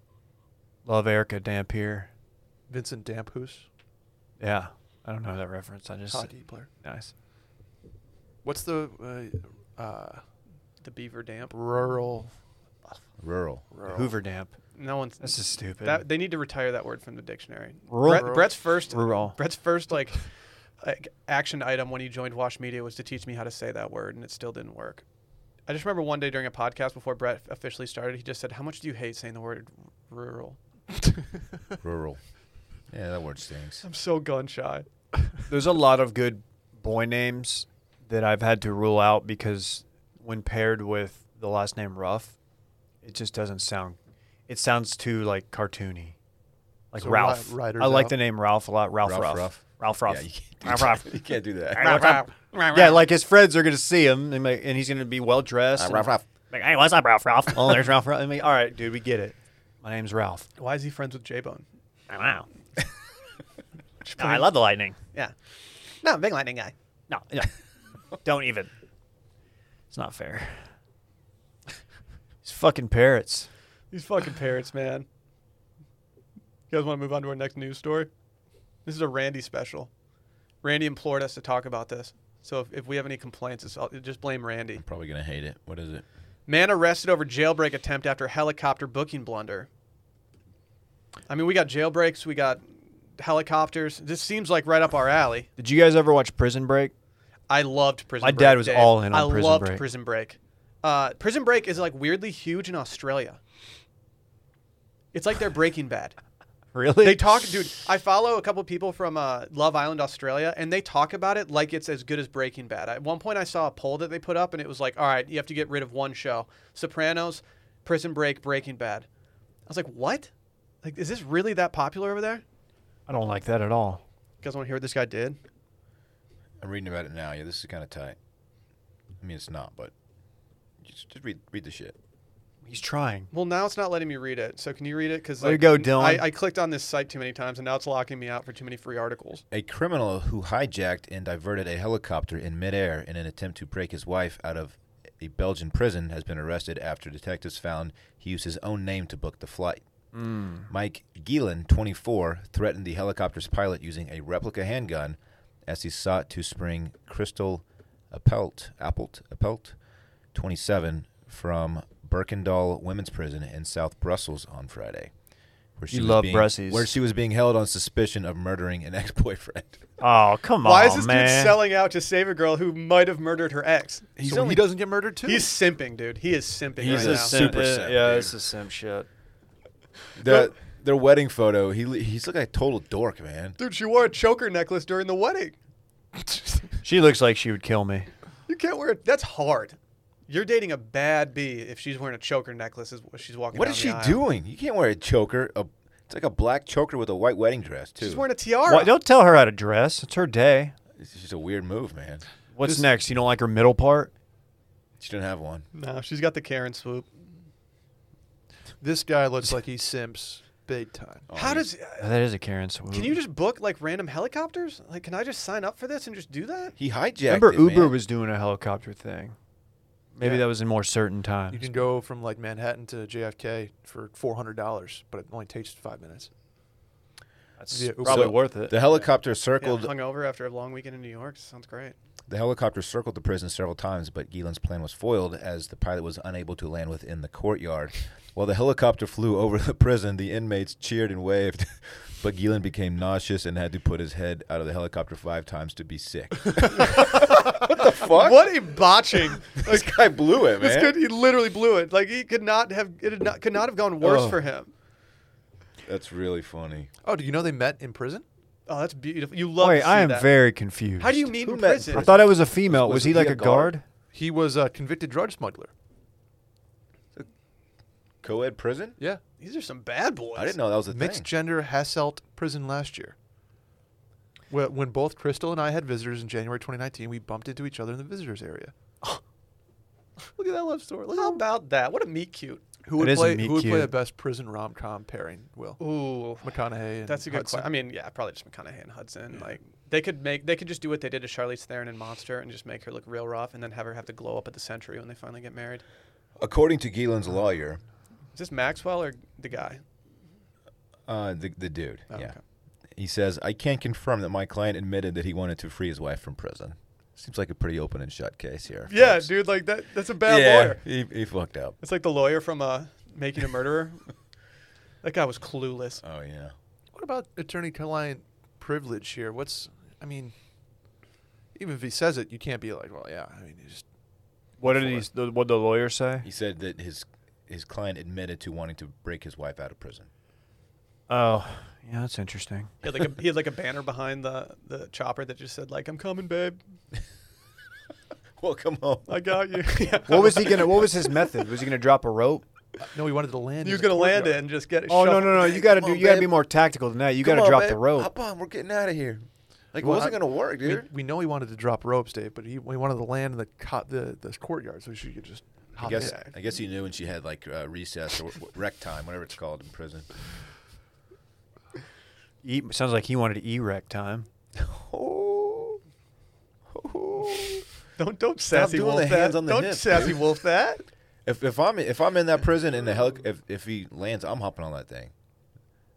B: Love Erica Damp here.
D: Vincent Damphoos,
B: Yeah. I don't know that reference. I just
D: hockey player.
B: nice.
D: What's the uh, uh,
A: The beaver damp.
D: rural?
C: rural.
D: rural.
B: Hoover Damp.
A: No one's
B: That's just stupid.
A: that they need to retire that word from the dictionary.
B: Rural-
A: Brett, Brett's first
B: Rural.
A: Brett's first like like action item when he joined Wash Media was to teach me how to say that word, and it still didn't work. I just remember one day during a podcast before Brett officially started, he just said, "How much do you hate saying the word rural?"
C: Rural. Yeah, that word stinks.
A: I'm so gun shy.
B: There's a lot of good boy names that I've had to rule out because when paired with the last name Ruff, it just doesn't sound. It sounds too like cartoony, like
D: So Ri-
B: Ralph.
D: Riders
B: I like
D: Out?
B: the name Ralph a lot. Ralph
C: Ralph
B: Ruff.
C: Ruff?
B: Ralph Ruff.
C: Yeah, you can't do
B: Ralph
C: that.
B: Ruff.
C: You can't do that.
B: Ralph Ruff. Yeah, like his friends are gonna see him, and, like, and he's gonna be well dressed.
C: Ruff, Ruff.
E: Like, hey, what's up, Ralph? Ralph?
B: Oh, there's Ralph Ruff. I mean, all right, dude, we get it. My name's Ralph.
A: Why is he friends with J Bone?
E: I don't know. No, I love the lightning.
A: Yeah, no, big lightning guy.
E: No, no. don't even. It's not fair.
B: These fucking parrots.
A: These fucking parrots, man. You guys want to move on to our next news story? This is a Randy special. Randy implored us to talk about this. So if, if we have any complaints, it's all, just blame Randy.
C: Probably gonna hate it. What is it?
A: Man arrested over jailbreak attempt after helicopter booking blunder. I mean, we got jailbreaks, we got helicopters. This seems like right up our alley.
B: Did you guys ever watch Prison Break?
A: I loved Prison
B: My
A: Break.
B: dad was
A: Dave.
B: all in on
A: I
B: Prison
A: loved
B: Break.
A: Prison Break. Uh, Prison Break is like weirdly huge in Australia. It's like they're Breaking Bad.
B: Really?
A: They talk, dude. I follow a couple people from uh, Love Island, Australia, and they talk about it like it's as good as Breaking Bad. At one point, I saw a poll that they put up, and it was like, "All right, you have to get rid of one show: Sopranos, Prison Break, Breaking Bad." I was like, "What? Like, is this really that popular over there?" You
B: I don't like that at all.
A: guys want to hear what this guy did?
C: I'm reading about it now. Yeah, this is kind of tight. I mean, it's not, but just, just read read the shit.
B: He's trying.
A: Well, now it's not letting me read it. So can you read it? Because
B: Way to go, Dylan.
A: I, I clicked on this site too many times, and now it's locking me out for too many free articles.
C: A criminal who hijacked and diverted a helicopter in midair in an attempt to break his wife out of a Belgian prison has been arrested after detectives found he used his own name to book the flight. Mike Gielan, 24, threatened the helicopter's pilot using a replica handgun as he sought to spring Crystal Appelt, Appelt, Appelt, 27, from Birkendal Women's Prison in South Brussels on Friday. Where
B: You love
C: being,
B: Brussies.
C: Where she was being held on suspicion of murdering an ex-boyfriend.
B: Oh, come on,
A: Why is this
B: man.
A: dude selling out to save a girl who might have murdered her ex?
D: He's so he doesn't get murdered too.
A: He's simping, dude. He is simping
B: He's
A: right
B: a
A: now.
B: sim.
C: Super
B: uh,
C: sim,
B: yeah,
C: dude.
B: it's a sim shit.
C: The their wedding photo. He le- he's like a total dork, man.
A: Dude, she wore a choker necklace during the wedding.
B: She looks like she would kill me.
A: You can't wear it. That's hard. You're dating a bad bee if she's wearing a choker necklace as she's walking.
C: What
A: down
C: is
A: the
C: she
A: aisle.
C: doing? You can't wear a choker. A, it's like a black choker with a white wedding dress too.
A: She's wearing a tiara.
B: Why, don't tell her how to dress. It's her day.
C: it's just a weird move, man.
B: What's next? You don't like her middle part?
C: She didn't have one.
A: no, she's got the Karen swoop.
D: this guy looks like he simps big time.
A: How does? uh,
B: Oh, that is a Karen swoop.
A: Can you just book like random helicopters? Like, can I just sign up for this and just do that?
C: He hijacked.
B: remember
C: it,
B: Uber
C: man.
B: was doing a helicopter thing? Maybe
A: Yeah.
B: that was in more certain times.
D: You can go from like Manhattan to JFK for four hundred dollars, but it only takes five minutes.
B: That's
D: via Uber.
B: probably
D: So,
B: worth it.
C: The helicopter
A: Yeah,
C: circled.
A: hungover after a long weekend in New York. Sounds great.
C: the helicopter circled the prison several times, but Gielan's plan was foiled as the pilot was unable to land within the courtyard. While the helicopter flew over the prison, the inmates cheered and waved, but Gielan became nauseous and had to put his head out of the helicopter five times to be sick.
A: What a botching!
C: this guy blew it, man.
A: this kid, he literally blew it. Like he could not have. It did not, could not have gone worse
C: Oh.
A: for him.
C: That's really funny.
D: Oh, do you know they met in prison?
A: Oh, that's beautiful. You love.
B: Wait,
A: to see
B: I am
A: that.
B: very confused.
A: How do you meet
C: Who
A: in
C: met in
A: prison?
B: I thought it was a female. Was,
C: Was
B: he
C: he
B: like
C: a
B: a guard?
D: He was a convicted drug smuggler.
C: Co-ed prison?
D: Yeah.
A: These are some bad boys.
C: I didn't know that was a
D: Mixed
C: thing.
D: gender Hasselt prison last year. Wh- When both Crystal and I had visitors in January 2019, we bumped into each other in the visitors area. Look at that love story. Look at
A: How
D: that.
A: about that? What a meet cute.
B: That
D: Who would
B: is a
D: play?
B: meet
D: Who would play
B: cute.
D: the best prison rom com pairing? Will
A: Ooh,
D: McConaughey. And
A: that's a good
D: Hudson.
A: question. I mean, yeah, probably just McConaughey and Hudson. Like they could make, they could just do what they did to Charlize Theron in Monster and just make her look real rough, and then have her have to glow up at the Century when they finally get married.
C: According to Gielan's lawyer,
A: Is this Maxwell or the guy?
C: uh, the the dude,
A: Oh,
C: yeah,
A: okay.
C: he says I can't confirm that my client admitted that he wanted to free his wife from prison. Seems like a pretty open and shut case here.
A: Yeah,
C: folks.
A: dude, like that. That's a bad
C: yeah,
A: lawyer.
C: He, he fucked up.
A: It's like the lawyer from uh, Making a Murderer. that guy was clueless.
C: Oh yeah.
D: What about attorney-client privilege here? What's? I mean, even if he says it, you can't be like, well, yeah. I mean, you just
B: What did he? The, what did the lawyer say?
C: He said that his his client admitted to wanting to break his wife out of prison.
B: Oh, yeah, that's interesting.
A: He had like a, he had like a banner behind the the chopper that just said like I'm coming, babe.
C: Well, come on.
A: I got you. yeah.
B: What was he gonna? What was his method? Was he gonna drop a rope?
D: no. He wanted to land.
A: He was
D: in
A: gonna
D: the
A: land it
D: courtyard.
A: and just get it.
B: Oh no,
A: shuffled.
B: no, no! You gotta
C: Come
B: do.
C: on,
B: You gotta be
C: babe.
B: more tactical than that. You gotta
C: Come on,
B: drop the
C: babe.
B: rope.
C: Hop on. We're getting out of here. Like,
D: Well,
C: it wasn't
D: I-
C: going to work,
D: We,
C: dude.
D: we know he wanted to drop ropes, Dave, but he, he wanted to land in the co- the the courtyard so she could just.
C: I
D: Hop
C: guess,
D: in.
C: I guess you knew when she had, like, uh, recess or w- rec time, whatever it's called in prison.
B: E- sounds like he wanted erect time.
C: Oh.
A: Don't don't sassy
C: doing
A: wolf
C: the
A: that.
C: hands on the
A: don't
C: hips,
A: sassy
C: dude.
A: wolf that.
C: If, if I'm if I'm in that prison and the hell if, if he lands, I'm hopping on that thing.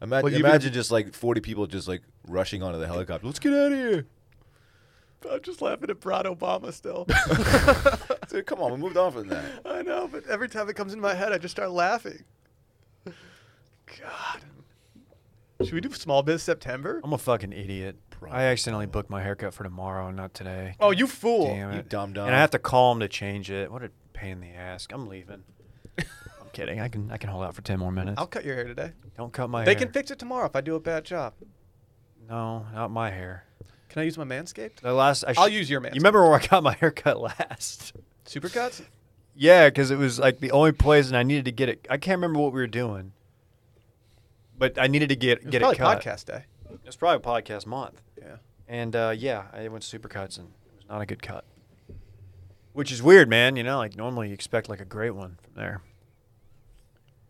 C: Ima-
D: Well, you've been-
C: imagine just like 40 people just like rushing onto the helicopter. Let's get out of here.
A: I'm just laughing at Brad Obama still.
C: Dude, come on, we moved on from that.
A: I know, but every time it comes into my head, I just start laughing. God. Should we do Small Biz September?
B: I'm a fucking idiot. I accidentally booked my haircut for tomorrow, not today.
A: Oh, you fool.
B: Damn it.
C: you dumb dumb.
B: And I have to call him to change it. What a pain in the ass. I'm leaving. I'm kidding. I can I can hold out for ten more minutes.
A: I'll cut your hair today.
B: Don't cut my
A: They
B: hair.
A: can fix it tomorrow if I do a bad job.
B: no, not my hair.
A: Can I use my Manscaped?
B: The last I
A: I'll
B: sh-
A: use your Manscaped.
B: You remember where I got my haircut last?
A: Supercuts?
B: Yeah, because it was like the only place, and I needed to get it. I can't remember what we were doing, but I needed to get
A: It was
B: get
A: probably
B: it cut.
A: podcast day.
B: It's probably podcast month.
A: Yeah.
B: And uh, yeah, I went to Supercuts and it was not a good cut. Which is weird, man. You know, like normally you expect like a great one from there.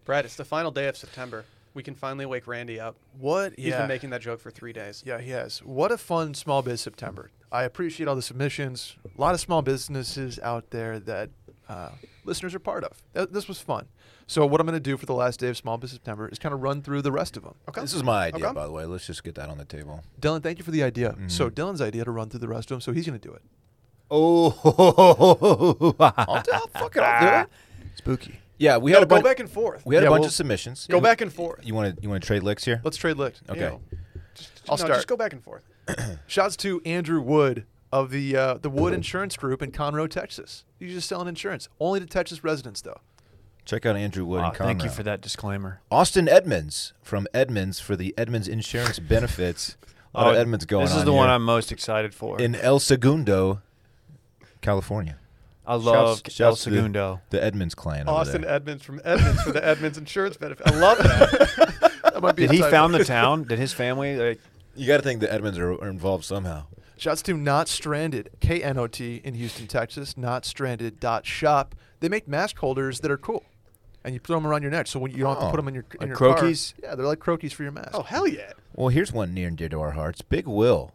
A: Brad, it's the final day of September. We can finally wake Randy up.
D: What?
A: He's been making that joke for three days.
D: Yeah, he has. What a fun small biz September. I appreciate all the submissions. A lot of small businesses out there that uh, listeners are part of. Th- this was fun. So what I'm going to do for the last day of Small Biz September is kind of run through the rest of them.
A: Okay.
C: This is my idea,
A: Okay.
C: by the way. Let's just get that on the table.
D: Dylan, thank you for the idea.
B: Mm-hmm.
D: So Dylan's idea to run through the rest of them. So he's going to do it.
B: Oh,
C: I'll do I'll fuck it.
B: Ah,
C: I'll do it.
D: Spooky.
C: Yeah, we
A: No,
C: had a
A: go
C: bunch.
A: back and forth.
C: we had
D: Yeah,
C: a bunch
D: we'll-
C: of submissions.
A: Go back and forth.
C: You want to you want to trade licks here?
D: Let's trade licks.
C: Okay.
D: I'll
A: no,
D: start.
A: Just go back and forth.
D: Shouts to Andrew Wood of the uh, the Wood Insurance Group in Conroe, Texas. He's just selling insurance only to Texas residents, though.
C: Check out Andrew Wood and
B: thank you
C: Conrad.
B: for that disclaimer.
C: Austin Edmonds from Edmonds for the Edmonds Insurance Benefits. A lot of Edmonds going
B: Oh, This is
C: on
B: the one
C: here.
B: I'm most excited for.
C: in El Segundo, California.
B: I love
C: Shouts-
B: El
C: shouts to the-
B: Segundo.
C: The, Edmonds clan. over
A: Austin
C: there.
A: Edmonds from Edmonds for the Edmonds Insurance Benefit. I love that.
D: That might be
B: Did
D: a
B: he
D: typo.
B: found the town? Did his family? Like,
A: E-
C: you got to think the Edmonds are, are involved somehow.
D: Shouts to Not Stranded, K N O T in Houston, Texas, notstranded.shop. They make mask holders that are cool. And you throw them around your neck so when you don't have to
C: Oh,
D: put them in your,
B: like
D: in your car.
B: croquis?
D: Yeah, they're like croquis for your mask.
A: oh hell yeah!
C: Well, here's one near and dear to our hearts. Big Will.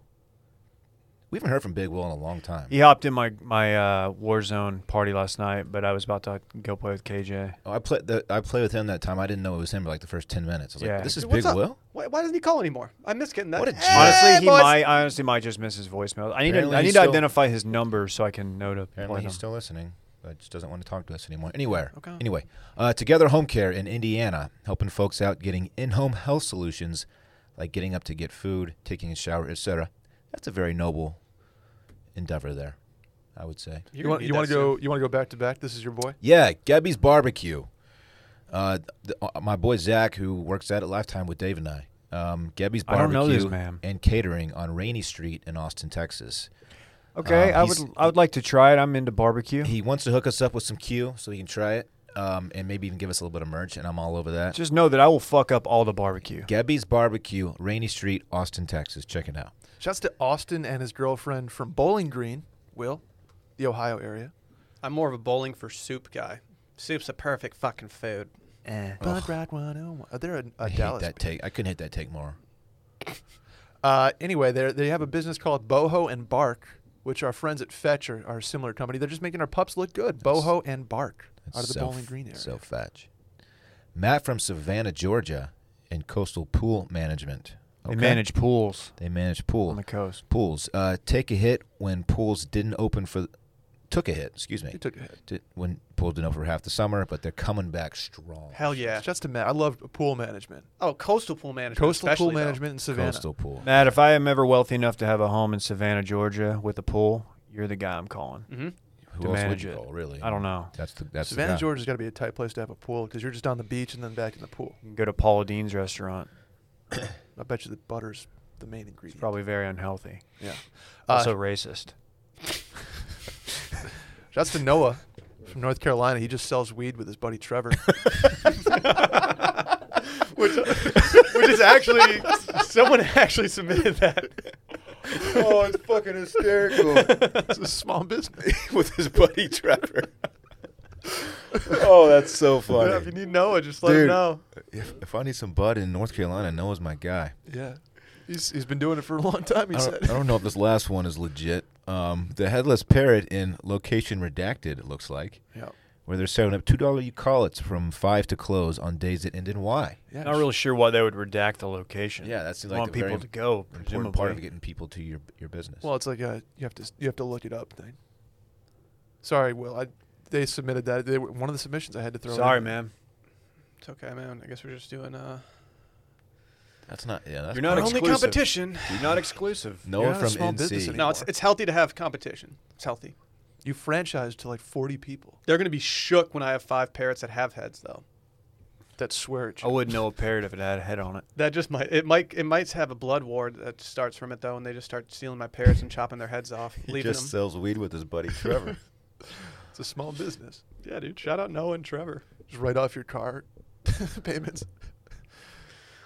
C: We haven't heard from Big Will in a long time.
B: he hopped in my my uh, Warzone party last night, but I was about to go play with KJ.
C: Oh, I played the, I played with him that time. I didn't know it was him for like the first ten minutes. I was
B: Yeah.
C: like, "This is
A: Dude,
C: Big
A: what's up?
C: Will."
A: Why, why doesn't he call anymore? I miss getting that.
C: What a
A: Hey,
C: jerk.
B: Honestly, he
A: boys!
B: might. I honestly might just miss his voicemail. I need
C: Apparently
B: to. I need
C: he's
B: to
C: still-
B: identify his number so I can know to
C: Apparently,
B: play him.
C: he's still listening, but just doesn't want to talk to us anymore. Anywhere.
A: Okay.
C: Anyway, uh, Together Home Care in Indiana, helping folks out getting in-home health solutions, like getting up to get food, taking a shower, etc. That's a very noble endeavor there, I would say.
A: You're
D: you
A: gonna
D: want
A: need
D: you
A: that
D: want to
A: soon.
D: go you want to go back to back? This is your boy.
C: Yeah, Gabby's Barbecue. Uh, th- uh, my boy Zach, who works out at Lifetime with Dave and I, um, Gebby's
B: I don't
C: Barbecue
B: know this man.
C: and Catering on Rainy Street in Austin, Texas.
B: Okay,
C: Um,
B: I
C: he's-
B: would I would like to try it. I'm into barbecue.
C: He wants to hook us up with some Q so we can try it, um, and maybe even give us a little bit of merch. And I'm all over that.
B: Just know that I will fuck up all the barbecue.
C: Gebby's Barbecue, Rainy Street, Austin, Texas. Check it out.
D: Shouts to Austin and his girlfriend from Bowling Green, Will, the Ohio area.
A: I'm more of a bowling for soup guy. Soup's a perfect fucking food.
D: Bud Rock 101. Oh, They're a, a
C: Eh. I hate
D: Dallas.
C: that take. I couldn't hit that take more.
D: Uh, anyway, they they have a business called Boho and Bark, which our friends at Fetch are, are a similar company. They're just making our pups look good. Boho and Bark out of the
C: so
D: Bowling
C: f-
D: Green area.
C: So fetch. Matt from Savannah, Georgia, in coastal pool management.
B: They
C: Okay?
B: manage pools
C: They manage pool
B: on the coast.
C: pools. Uh, take a hit when pools didn't open for. Took a hit. Excuse me.
D: They took a hit.
C: Di- when pools didn't open for half the summer, but they're coming back strong.
A: Hell yeah.
D: Just a man. I love pool management.
A: Oh, coastal pool management.
D: Coastal pool
A: especially, though.
D: management in Savannah.
C: Coastal pool.
B: Matt, if I am ever wealthy enough to have a home in Savannah, Georgia, with a pool, you're the guy I'm calling.
C: Who
B: to
C: else would
B: manage
C: you
B: it.
C: call? Really?
B: I don't know.
C: That's the that's
D: Savannah,
C: the guy.
D: Georgia's got to be a tight place to have a pool because you're just on the beach and then back in the pool.
B: You can go to Paula Dean's restaurant.
D: I bet you the butter's the main ingredient.
B: Probably very unhealthy.
D: Yeah. Uh,
B: Also racist.
D: Shouts to Noah from North Carolina. He just sells weed with his buddy Trevor.
A: which, which is actually someone actually submitted that.
C: oh, it's fucking hysterical
D: it's a small business.
C: with his buddy Trevor. oh, that's so funny.
A: Yeah, if you need Noah, just let him
C: Dude.
A: know.
C: If, if I need some bud in North Carolina, Noah's my guy.
D: Yeah. He's, he's been doing it for a long time, he
C: I
D: said.
C: don't, I don't know if this last one is legit. Um, the headless parrot in location redacted, it looks like,
D: Yeah.
C: where they're serving up two dollar you call it's from five to close on days that end in Y.
D: yeah.
B: Not really sure why they would redact the location.
C: Yeah, that's like
B: want
C: the very
B: people to go.
C: Important part of
B: Presumably,
C: getting people to your your business.
D: Well, it's like uh you have to you have to look it up thing. Sorry, Will. I they submitted that. They were, one of the submissions I had to throw.
B: sorry,
D: in.
B: man.
A: It's okay, man. I guess we're just doing uh,
C: that's not. Yeah, that's
B: You're not
A: our only
B: exclusive.
A: competition.
B: You're not exclusive.
D: you're
C: Noah
D: not a
C: from
D: small business
C: NC.
D: anymore.
A: No, it's it's healthy to have competition. It's healthy.
D: You franchised to like 40 people
A: They're gonna be shook when I have five parrots that have heads, though.
D: that swear at
B: I
A: Oh.
D: you.
B: wouldn't know a parrot if it had a head on it.
A: That just might it might it might have a blood war that starts from it though, and they just start stealing my parrots and chopping their heads off,
C: He
A: leaving
C: just
A: them.
C: sells weed with his buddy Trevor.
D: It's a small business.
A: yeah, dude. Shout out Noah and Trevor.
D: Just write off your car payments.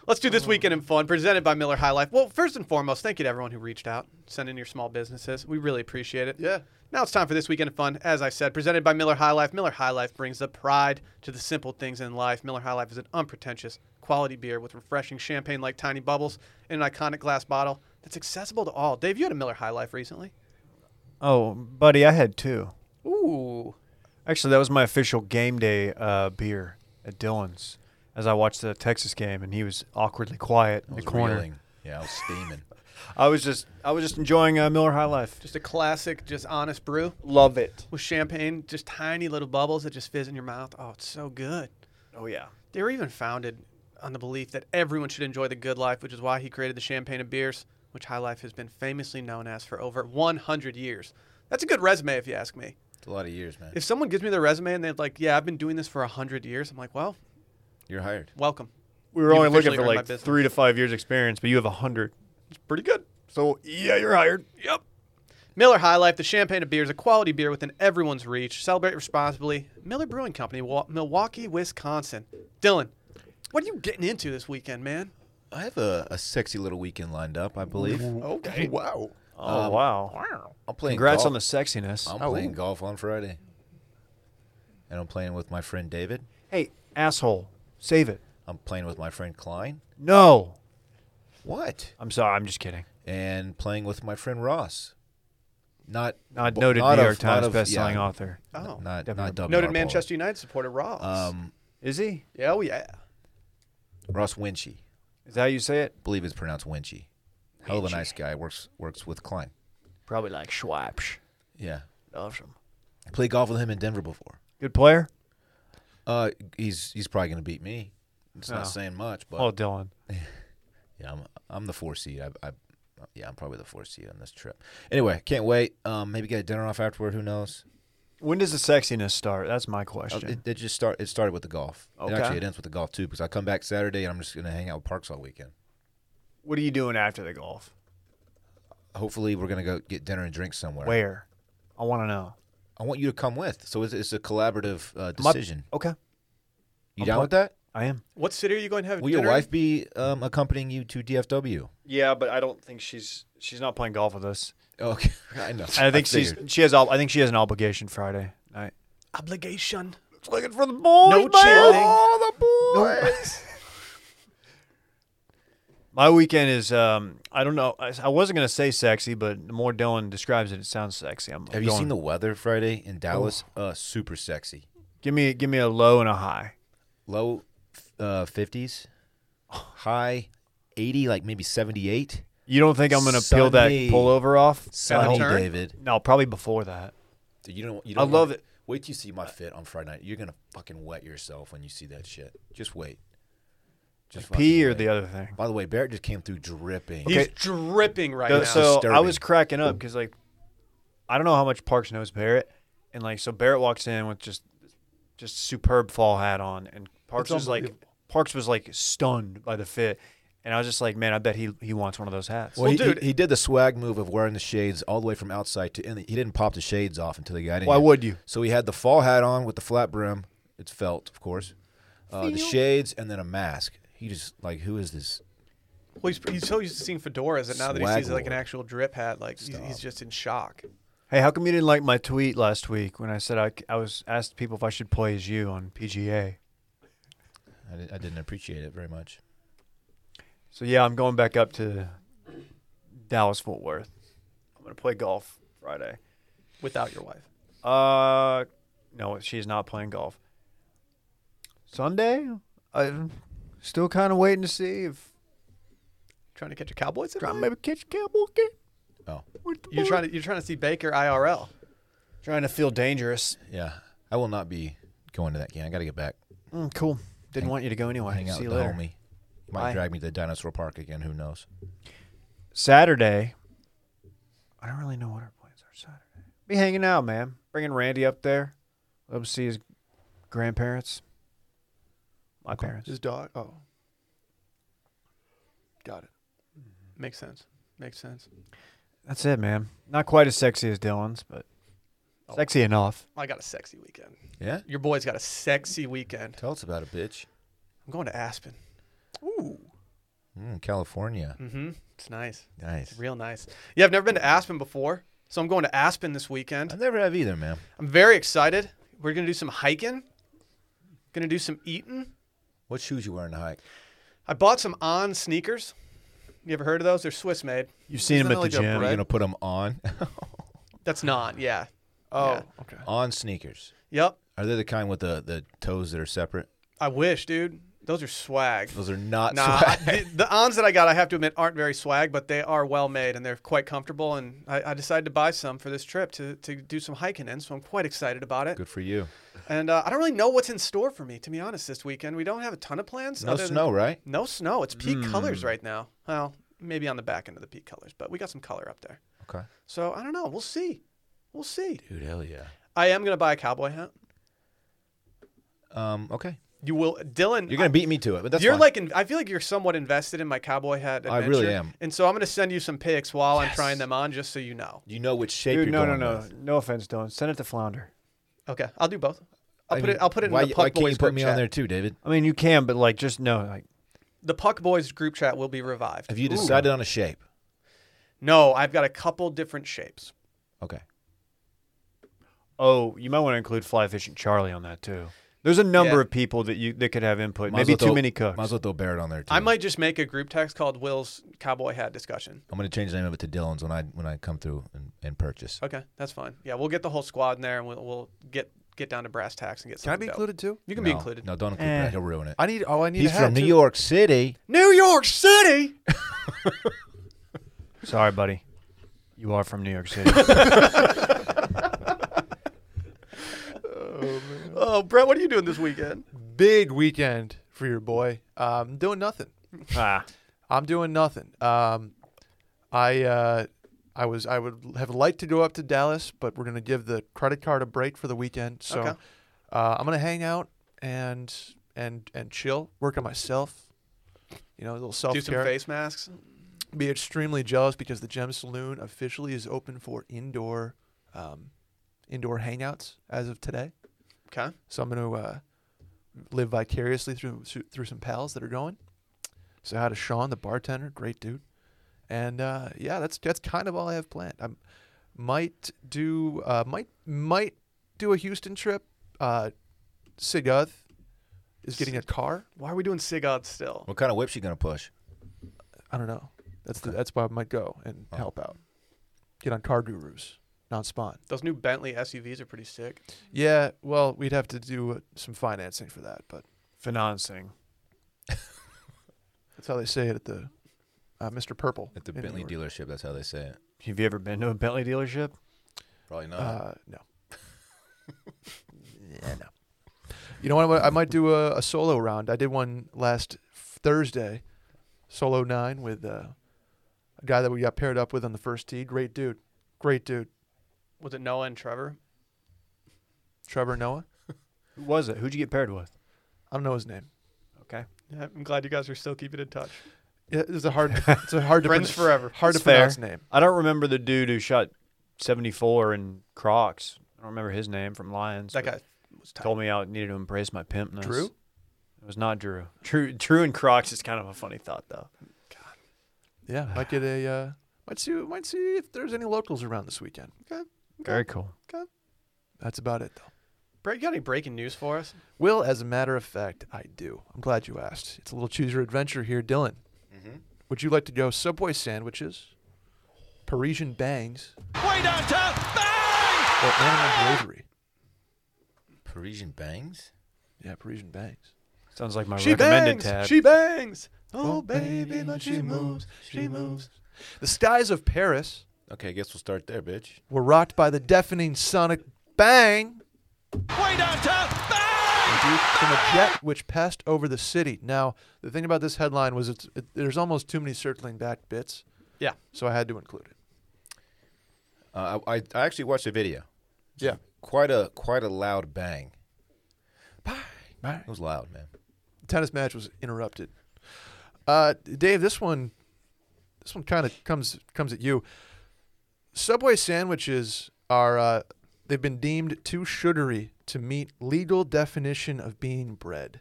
A: Let's do this weekend in fun, presented by Miller High Life. Well, first and foremost, thank you to everyone who reached out, sent in your small businesses. We really appreciate it.
D: Yeah.
A: Now it's time for this weekend of fun. As I said, presented by Miller High Life. Miller High Life brings the pride to the simple things in life. Miller High Life is an unpretentious quality beer with refreshing champagne-like tiny bubbles in an iconic glass bottle that's accessible to all. Dave, you had a Miller High Life recently.
B: Oh, buddy, I had two.
A: Ooh.
B: Actually, that was my official game day uh, beer at Dylan's as I watched the Texas game, and he was awkwardly quiet
C: I
B: in the
C: was
B: corner.
C: reeling. Yeah, I was steaming.
B: I was just, I was just enjoying uh, Miller High Life.
A: Just a classic, just honest brew
B: love it.
A: with champagne, just tiny little bubbles that just fizz in your mouth. Oh, it's so good.
B: Oh yeah.
A: They were even founded on the belief that everyone should enjoy the good life, which is why he created the champagne and beers, which High Life has been famously known as for over 100 years. That's a good resume, if you ask me.
C: It's a lot of years, man.
A: If someone gives me their resume and they're like, "Yeah, I've been doing this for 100 years," I'm like, "Well,
C: You're hired.
A: welcome.
B: We were
A: You've
B: only looking
A: officially
B: for
A: earned my
B: like
A: business.
B: three to five years experience, but you have a hundred.
A: It's pretty good."
B: So yeah, you're hired.
A: Yep. Miller High Life, the champagne of beers, a quality beer within everyone's reach. Celebrate responsibly. Miller Brewing Company, Wa- Milwaukee, Wisconsin. Dylan, what are you getting into this weekend, man?
C: I have a, a sexy little weekend lined up, I believe.
A: Okay.
D: Wow.
B: Oh wow. Um,
C: I'm playing
B: Congrats
C: golf.
B: on the sexiness.
C: I'm
D: Oh.
C: playing golf on Friday. And I'm playing with my friend David.
B: Hey, asshole, save it.
C: I'm playing with my friend Klein.
B: No.
C: What?
B: I'm sorry. I'm just kidding.
C: And playing with my friend Ross. Not
B: Not
C: bo-
B: noted New
C: of-
B: York Times
C: of-
B: best-selling
C: yeah,
B: author.
A: Oh.
C: Not
B: Definitely.
C: not W.
A: Noted
C: R.
A: Manchester United supporter Ross.
C: Ball. Um,
B: Is he?
A: yeah, oh yeah.
C: Ross Winchy.
B: Is that how you say it?
C: believe it's pronounced Winchy. Hell of a nice guy. Works works with Klein.
B: Probably like Schwabsch.
C: Yeah.
B: Loves him.
C: I played golf with him in Denver before.
B: Good player.
C: Uh, he's he's probably gonna beat me. It's
B: Oh.
C: not saying much, but
B: Oh, Dylan.
C: Yeah, I'm I'm the four seed. I, I yeah, I'm probably the four seed on this trip. Anyway, can't wait. Um, maybe get a dinner off afterward. Who knows?
B: When does the sexiness start? That's my
C: Uh,
B: question.
C: It, it just start. It started with the golf. And
B: Okay.
C: actually, it ends with the golf too because I come back Saturday and I'm just gonna hang out with Parks all weekend.
B: what are you doing after the golf?
C: Hopefully, we're gonna go get dinner and drink somewhere.
B: Where? I want to know.
C: I want you to come with. So it's, it's a collaborative uh,
B: My-
C: decision.
B: okay,
C: You
B: I'm
C: down
B: part-
C: with that?
B: I am.
A: What city are you going to have
C: Will
A: dinner
C: your
A: in?
C: wife be um, accompanying you to DFW?
B: Yeah, but I don't think she's she's not playing golf with us.
C: Okay, I know.
B: I think she's
C: figured.
B: she has ob- I think she has an obligation Friday night.
A: Obligation.
B: Looking for the boys,
A: No chanting.
B: My weekend is um I don't know I, I wasn't gonna say sexy, but the more Dylan describes it, it sounds sexy. I'm, I'm
C: Have you seen the
B: going-
C: weather Friday in Dallas? Uh, super sexy.
B: give me give me a low and a high.
C: Low uh, 50s, high 80, like maybe 78.
B: You don't think I'm gonna peel that
C: Sunny.
B: pullover off?
C: Sunny,
A: turn?
C: David.
B: No, probably before that.
C: Dude, you don't. You
B: I
C: don't
B: love
C: wanna-
B: it.
C: Wait till you see my fit on Friday night. You're gonna fucking wet yourself when you see that shit. Just wait. Just fucking
B: P or
C: wait.
B: the other thing.
C: By the way, Barrett just came through dripping.
A: He's dripping right
B: The-
A: now.
B: so I
C: disturbing.
B: was cracking up because like I don't know how much Parks knows Barrett, and like so Barrett walks in with just just superb fall hat on, and Parks
D: It's
B: was like
D: unbelievable.
B: Parks was like stunned by the fit, and I was just like, man, I bet he he wants one of those hats.
C: Well,
A: Well,
C: he, he-
A: dude-
C: he, did the swag move of wearing the shades all the way from outside to in. He didn't pop the shades off until he got in.
B: Why
C: here.
B: would you?
C: So he had the fall hat on with the flat brim. It's felt, of course. Uh, the shades and then a mask. He just like, who is this?
A: well, he's, he's so used to seeing fedoras that now that he
C: Swag
A: sees like an
C: lord.
A: actual drip hat, like he's, he's just in shock.
B: Hey, how come you didn't like my tweet last week when I said I, I was asked people if I should play as you on PGA?
C: I, di- I didn't appreciate it very much.
B: So yeah, I'm going back up to Dallas Fort Worth. I'm gonna play golf Friday.
A: Without your wife.
B: Uh, no, she's not playing golf. Sunday, I'm still kind of waiting to see if
A: Trying to catch a Cowboys?
B: try
A: Trying
B: maybe catch a cowboy game.
C: Oh,
B: with the
A: you're
B: boys.
A: trying to you're trying to see Baker IRL.
B: trying to feel dangerous.
C: yeah. I will not be going to that game. I got to get back.
B: Mm, cool. Didn't want you to go anyway.
C: Hang out
B: see
C: with
B: you later.
C: the homie. Might
B: Bye.
C: drag me to dinosaur park again. Who knows?
B: Saturday. I don't really know what our plans are Saturday. Be hanging out, man. Bringing Randy up there. Let him see his grandparents. My parents.
D: His dog. Oh, got it.
A: Mm-hmm. Makes sense. Makes sense.
B: That's it, man. Not quite as sexy as Dylan's, but
C: Oh.
B: sexy enough.
A: I got a sexy weekend.
C: Yeah.
A: Your boy's got a sexy weekend.
C: Tell us about it, bitch.
A: I'm going to Aspen. Ooh.
C: Mm, California.
B: Hmm.
A: Mm-hmm. It's nice.
C: Nice.
A: It's real nice. Yeah, I've never been to Aspen before, so I'm going to Aspen this weekend.
C: I never have either, man.
A: I'm very excited. We're gonna do some hiking. Gonna do some eating.
C: What shoes you wearing to hike?
A: I bought some On sneakers. You ever heard of those? They're Swiss made.
B: You've seen
A: Isn't
B: him at
A: that
B: the
A: like a
B: gym.
C: Are you
A: Red?
C: gonna put them on?
A: That's not. Yeah.
D: Oh,
A: Yeah.
D: okay.
C: on sneakers.
A: Yep.
C: Are they the kind with the, the toes that are separate?
A: I wish, dude. Those are swag.
C: Those are not
A: Nah, I-
C: swag.
A: the, the ons that I got, I have to admit, aren't very swag, but they are well made and they're quite comfortable. And I, I decided to buy some for this trip to, to do some hiking in, so I'm quite excited about it.
C: Good for you.
A: And uh, I don't really know what's in store for me, to be honest, this weekend. We don't have a ton of plans.
C: No
A: other than-
C: snow, right?
A: no snow. It's peak
C: Hmm.
A: colors right now. Well, maybe on the back end of the peak colors, but we got some color up there.
C: Okay.
A: So I don't know. We'll see. We'll see.
C: Dude, hell yeah.
A: I am going to buy a cowboy hat.
C: Um, okay.
A: You will, Dylan.
C: You're gonna beat me to it, but that's
A: you're
C: fine.
A: like, in, I feel like you're somewhat invested in my cowboy hat.
C: I
A: Adventure,
C: really am.
A: And so I'm going to send you some pics while I'm trying them on, just so you know.
C: you know which shape
B: Dude,
C: you're
B: no, no,
C: going
B: no.
C: with.
B: No offense, Dylan. Send it to Flounder.
A: Okay, I'll do both. I'll
C: I
A: put
C: mean,
A: it. I'll put it in
C: why,
A: the
C: why
A: Puck
C: can't
A: Boys
C: you put
A: group
C: me
A: chat.
C: on there too, David?
B: I mean, you can, but like, just no. Like,
A: The Puck Boys group chat will be revived.
C: Have you decided on a shape?
A: No, I've got a couple different shapes.
C: Okay.
B: oh, you might want to include Fly Fishing Charlie on that too. There's a number
A: Yeah.
B: of people that you that could have input.
C: Might as
B: Maybe
C: well
B: too
C: throw-
B: many cooks.
C: Might as well throw Barrett on there too.
A: I might just make a group text called Will's Cowboy Hat Discussion.
C: I'm gonna change the name of it to Dylan's when I when I come through and, and purchase.
A: Okay, that's fine. Yeah, we'll get the whole squad in there, and we'll, we'll get get down to brass tacks and get.
D: Can I
A: something
D: be
A: dope.
D: included too?
A: You can
C: no,
A: be included.
C: No, don't include
B: Eh.
C: Barrett. He'll ruin it.
D: I need. Oh, I need. a
C: He's
D: hat,
C: from New
D: too.
C: York City.
A: New York City.
B: Sorry, buddy. You are from New York City.
A: oh, Brett, what are you doing this weekend?
D: Big weekend for your boy. Um, doing nothing.
B: ah,
D: I'm doing nothing. Um, I uh, I was I would have liked to go up to Dallas, but we're gonna give the credit card a break for the weekend. So
A: Okay.
D: uh, I'm gonna hang out and and and chill, work on myself. You know, a little self
A: Do some
D: care.
A: face masks.
D: Be extremely jealous because the Gem Saloon officially is open for indoor um, indoor hangouts as of today.
A: Okay.
D: So I'm going to uh, live vicariously through through some pals that are going. Say hi to Sean, the bartender, great dude. And uh, yeah, that's that's kind of all I have planned. I might do uh, might might do a Houston trip. Uh, Sigoth is getting a car.
A: Why are we doing Sigurd still?
C: What kind of whip's she gonna push?
D: I don't know. That's the, that's why I might go and
C: Oh.
D: help out. Get on Car Gurus, not Spawn.
A: Those new Bentley SUVs are pretty sick.
D: Yeah, well, we'd have to do uh, some financing for that, but
B: Financing.
D: that's how they say it at the uh, Mr. Purple
C: At the
D: in New
C: Bentley
D: York.
C: dealership, that's how they say it.
B: Have you ever been to a Bentley dealership?
C: Probably not.
D: Uh, no. yeah, no. You know what? I might do a, a solo round. I did one last Thursday, solo nine with uh, a guy that we got paired up with on the first tee. Great dude, great dude,
A: Was it Noah and Trevor?
D: Trevor Noah.
B: Who was it? Who'd you get paired with?
D: I don't know his name.
B: Okay.
A: Yeah, I'm glad you guys are still keeping in touch.
D: Yeah, It's a hard, it's a hard to
A: Friends
D: pronounce-
A: forever.
D: Hard
B: It's
D: to
B: fair.
D: pronounce name.
B: I don't remember the dude who shot 74 in Crocs. I don't remember his name from Lions.
A: That
B: but
A: guy was tight.
B: told me I needed to embrace my pimpness.
D: Drew?
B: It was not Drew. Drew, Drew and Crocs is kind of a funny thought, though.
D: Yeah, might get a, uh, might see, might see if there's any locals around this weekend.
B: Very cool.
D: That's about it, though.
A: Brett, you got any breaking news for us?
D: Will, as a matter of fact, I do. I'm glad you asked. It's a little choose your adventure here, Dylan. Would you like to go Subway sandwiches, Parisian bangs, or animal bravery?
C: Parisian bangs?
D: Yeah, Parisian bangs.
B: Sounds like my
A: She
B: recommended
A: bangs.
B: tab.
A: She bangs. Oh,
D: Oh,
A: baby,
D: baby,
A: but
D: she
A: she moves. She
D: she
A: moves.
D: The skies of Paris
C: Okay, I guess we'll start there, bitch.
D: were rocked by the deafening sonic bang. Indeed, From a jet which passed over the city. Now, the thing about this headline was it's, it, there's almost too many circling back bits,
A: Yeah.
D: so I had to include it.
C: Uh, I, I- I actually watched a video.
D: Yeah.
C: Quite a quite a loud bang. It was loud, man.
D: tennis match was interrupted. Uh, Dave, this one, this one kind of comes comes at you. Subway sandwiches are uh, they've been deemed too sugary to meet legal definition of being bread.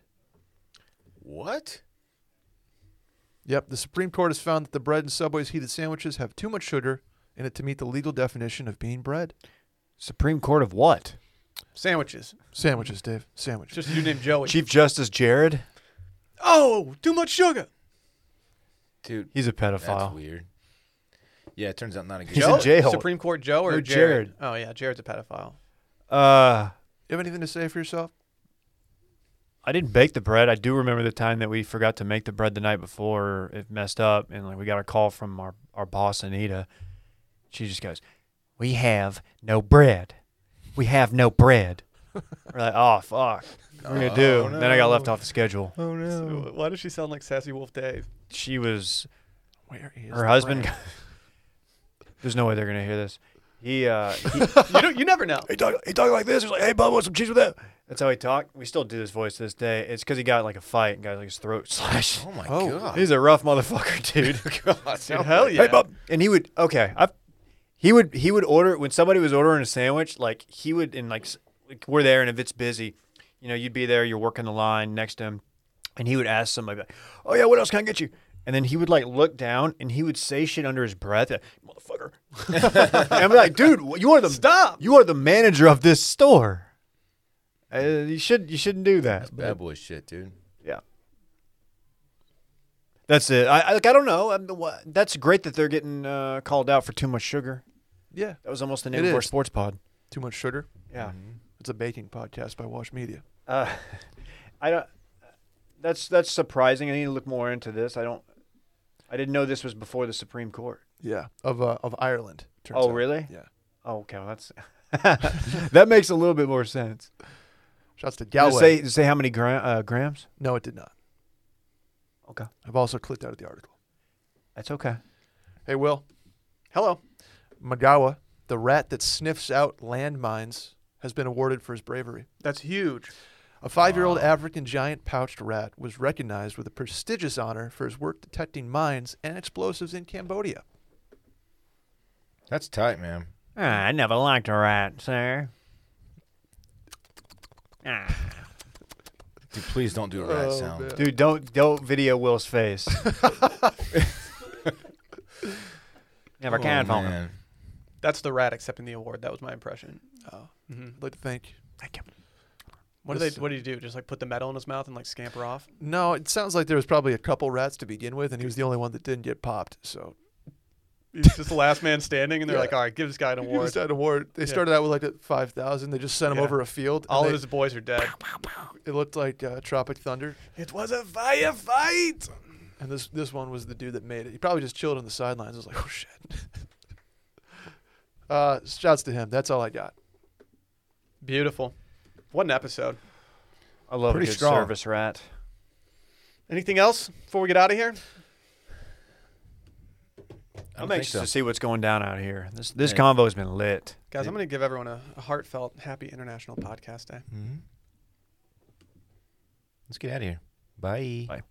C: What?
D: Yep, the Supreme Court has found that the bread in Subway's heated sandwiches have too much sugar in it to meet the legal definition of being bread.
B: Supreme Court of what?
A: Sandwiches.
D: Sandwiches, Dave. Sandwiches.
A: Just a dude named Joey.
B: Chief Justice Jared?
A: oh, too much sugar.
C: Dude,
B: He's a
C: that's
B: pedophile.
C: weird. Yeah, it turns out not a good
B: He's in jail.
A: Supreme Court Joe or
B: No,
A: Jared? Oh yeah, Jared's a pedophile.
B: Uh,
D: you have anything to say for yourself?
B: I didn't bake the bread. I do remember the time that we forgot to make the bread the night before. It messed up, and like we got a call from our our boss Anita. She just goes, "We have no bread. We have no bread." We're like, "Oh fuck, what are we gonna do?"
C: Oh,
B: Then I got left
C: no.
B: off the schedule.
C: Oh no.
A: So, why does she sound like Sassy Wolf Dave?
B: She was
D: Where is
B: her husband. There's no way they're gonna hear this. He uh, he,
A: you, don't, you never know.
B: he talked he talked like this. He's like, "Hey, bud, want some cheese with that?" That's how he talked. We still do this voice to this day. It's because he got in, like a fight and got like his throat slashed.
C: Oh my
D: Oh,
C: god.
B: He's a rough motherfucker, dude.
C: God,
A: Dude, hell yeah.
B: Hey, Bob. And he would okay. I he would he would order when somebody was ordering a sandwich. Like he would and like, s- like we're there, and if it's busy, you know, you'd be there. You're working the line next to him, and he would ask somebody, like, "Oh yeah, what else can I get you?" And then he would like look down and he would say shit under his breath, like, "Motherfucker." and I'm like, "Dude, wh- you are the
A: Stop.
B: You are the manager of this store. Uh, you should you shouldn't do that."
C: Bad boy shit, dude.
B: Yeah. That's it. I, I like. I don't know. I'm, wha- that's great that they're getting uh, called out for too much sugar.
D: Yeah,
B: That was almost the
D: It
B: name of our
D: is.
B: sports pod.
D: too much sugar.
B: Yeah.
D: It's a baking podcast by Wash Media.
B: Uh, I don't. That's that's surprising. I need to look more into this. I don't. I didn't know this was before the Supreme Court.
D: Yeah, of uh, of Ireland. turns
B: Oh,
D: out.
B: really?
D: Yeah.
B: Oh, okay. Well, that's that makes a little bit more sense.
D: Shouts to
B: Does it
D: Galway.
B: say does it say how many gra- uh, grams?
D: no, it did not.
B: Okay.
D: I've also clicked out of the article.
B: That's okay.
D: Hey, Will,
A: Hello.
D: Magawa, the rat that sniffs out landmines, has been awarded for his bravery.
A: That's huge.
D: A five year old African giant pouched rat was recognized with a prestigious honor for his work detecting mines and explosives in Cambodia.
C: That's tight, man.
B: Ah, I never liked a rat, sir.
F: Ah.
C: Dude, please don't do a rat
D: Oh,
C: sound.
D: man.
B: Dude, don't don't video Will's face. never
C: Oh,
B: can phone him.
C: man.
A: That's the rat accepting the award. That was my impression.
D: Oh,
A: hmm
D: I'd like to thank.
A: What do they?
D: This-
A: What do you do? Just like put the metal in his mouth and like scamper off?
D: No, it sounds like there was probably a couple rats to begin with, and he was the only one that didn't get popped. So
A: He's just the last man standing, and they're
D: Yeah.
A: like, "All right, give this guy an
D: He was
A: award."
D: at an award. They
A: Yeah.
D: started out with like five thousand. They just sent him
A: Yeah.
D: over a field. and
A: All of
D: they-
A: his boys are dead.
D: it looked like uh, Tropic Thunder.
A: It was a fire fight.
D: And this this one was the dude that made it. He probably just chilled on the sidelines. I was like, oh shit. uh, shouts to him. That's all I got.
A: Beautiful. What an episode.
B: I love
C: Pretty
B: a good
C: strong.
B: service rat.
A: Anything else before we get out of here?
C: I don't
B: I'm
C: think
B: anxious
C: so.
B: to see what's going down out here. This this
C: Hey.
B: convo's been lit.
A: Guys, I'm going to give everyone a, a heartfelt, happy International Podcast Day.
C: Mhm. Let's get out of here. Bye.
B: Bye.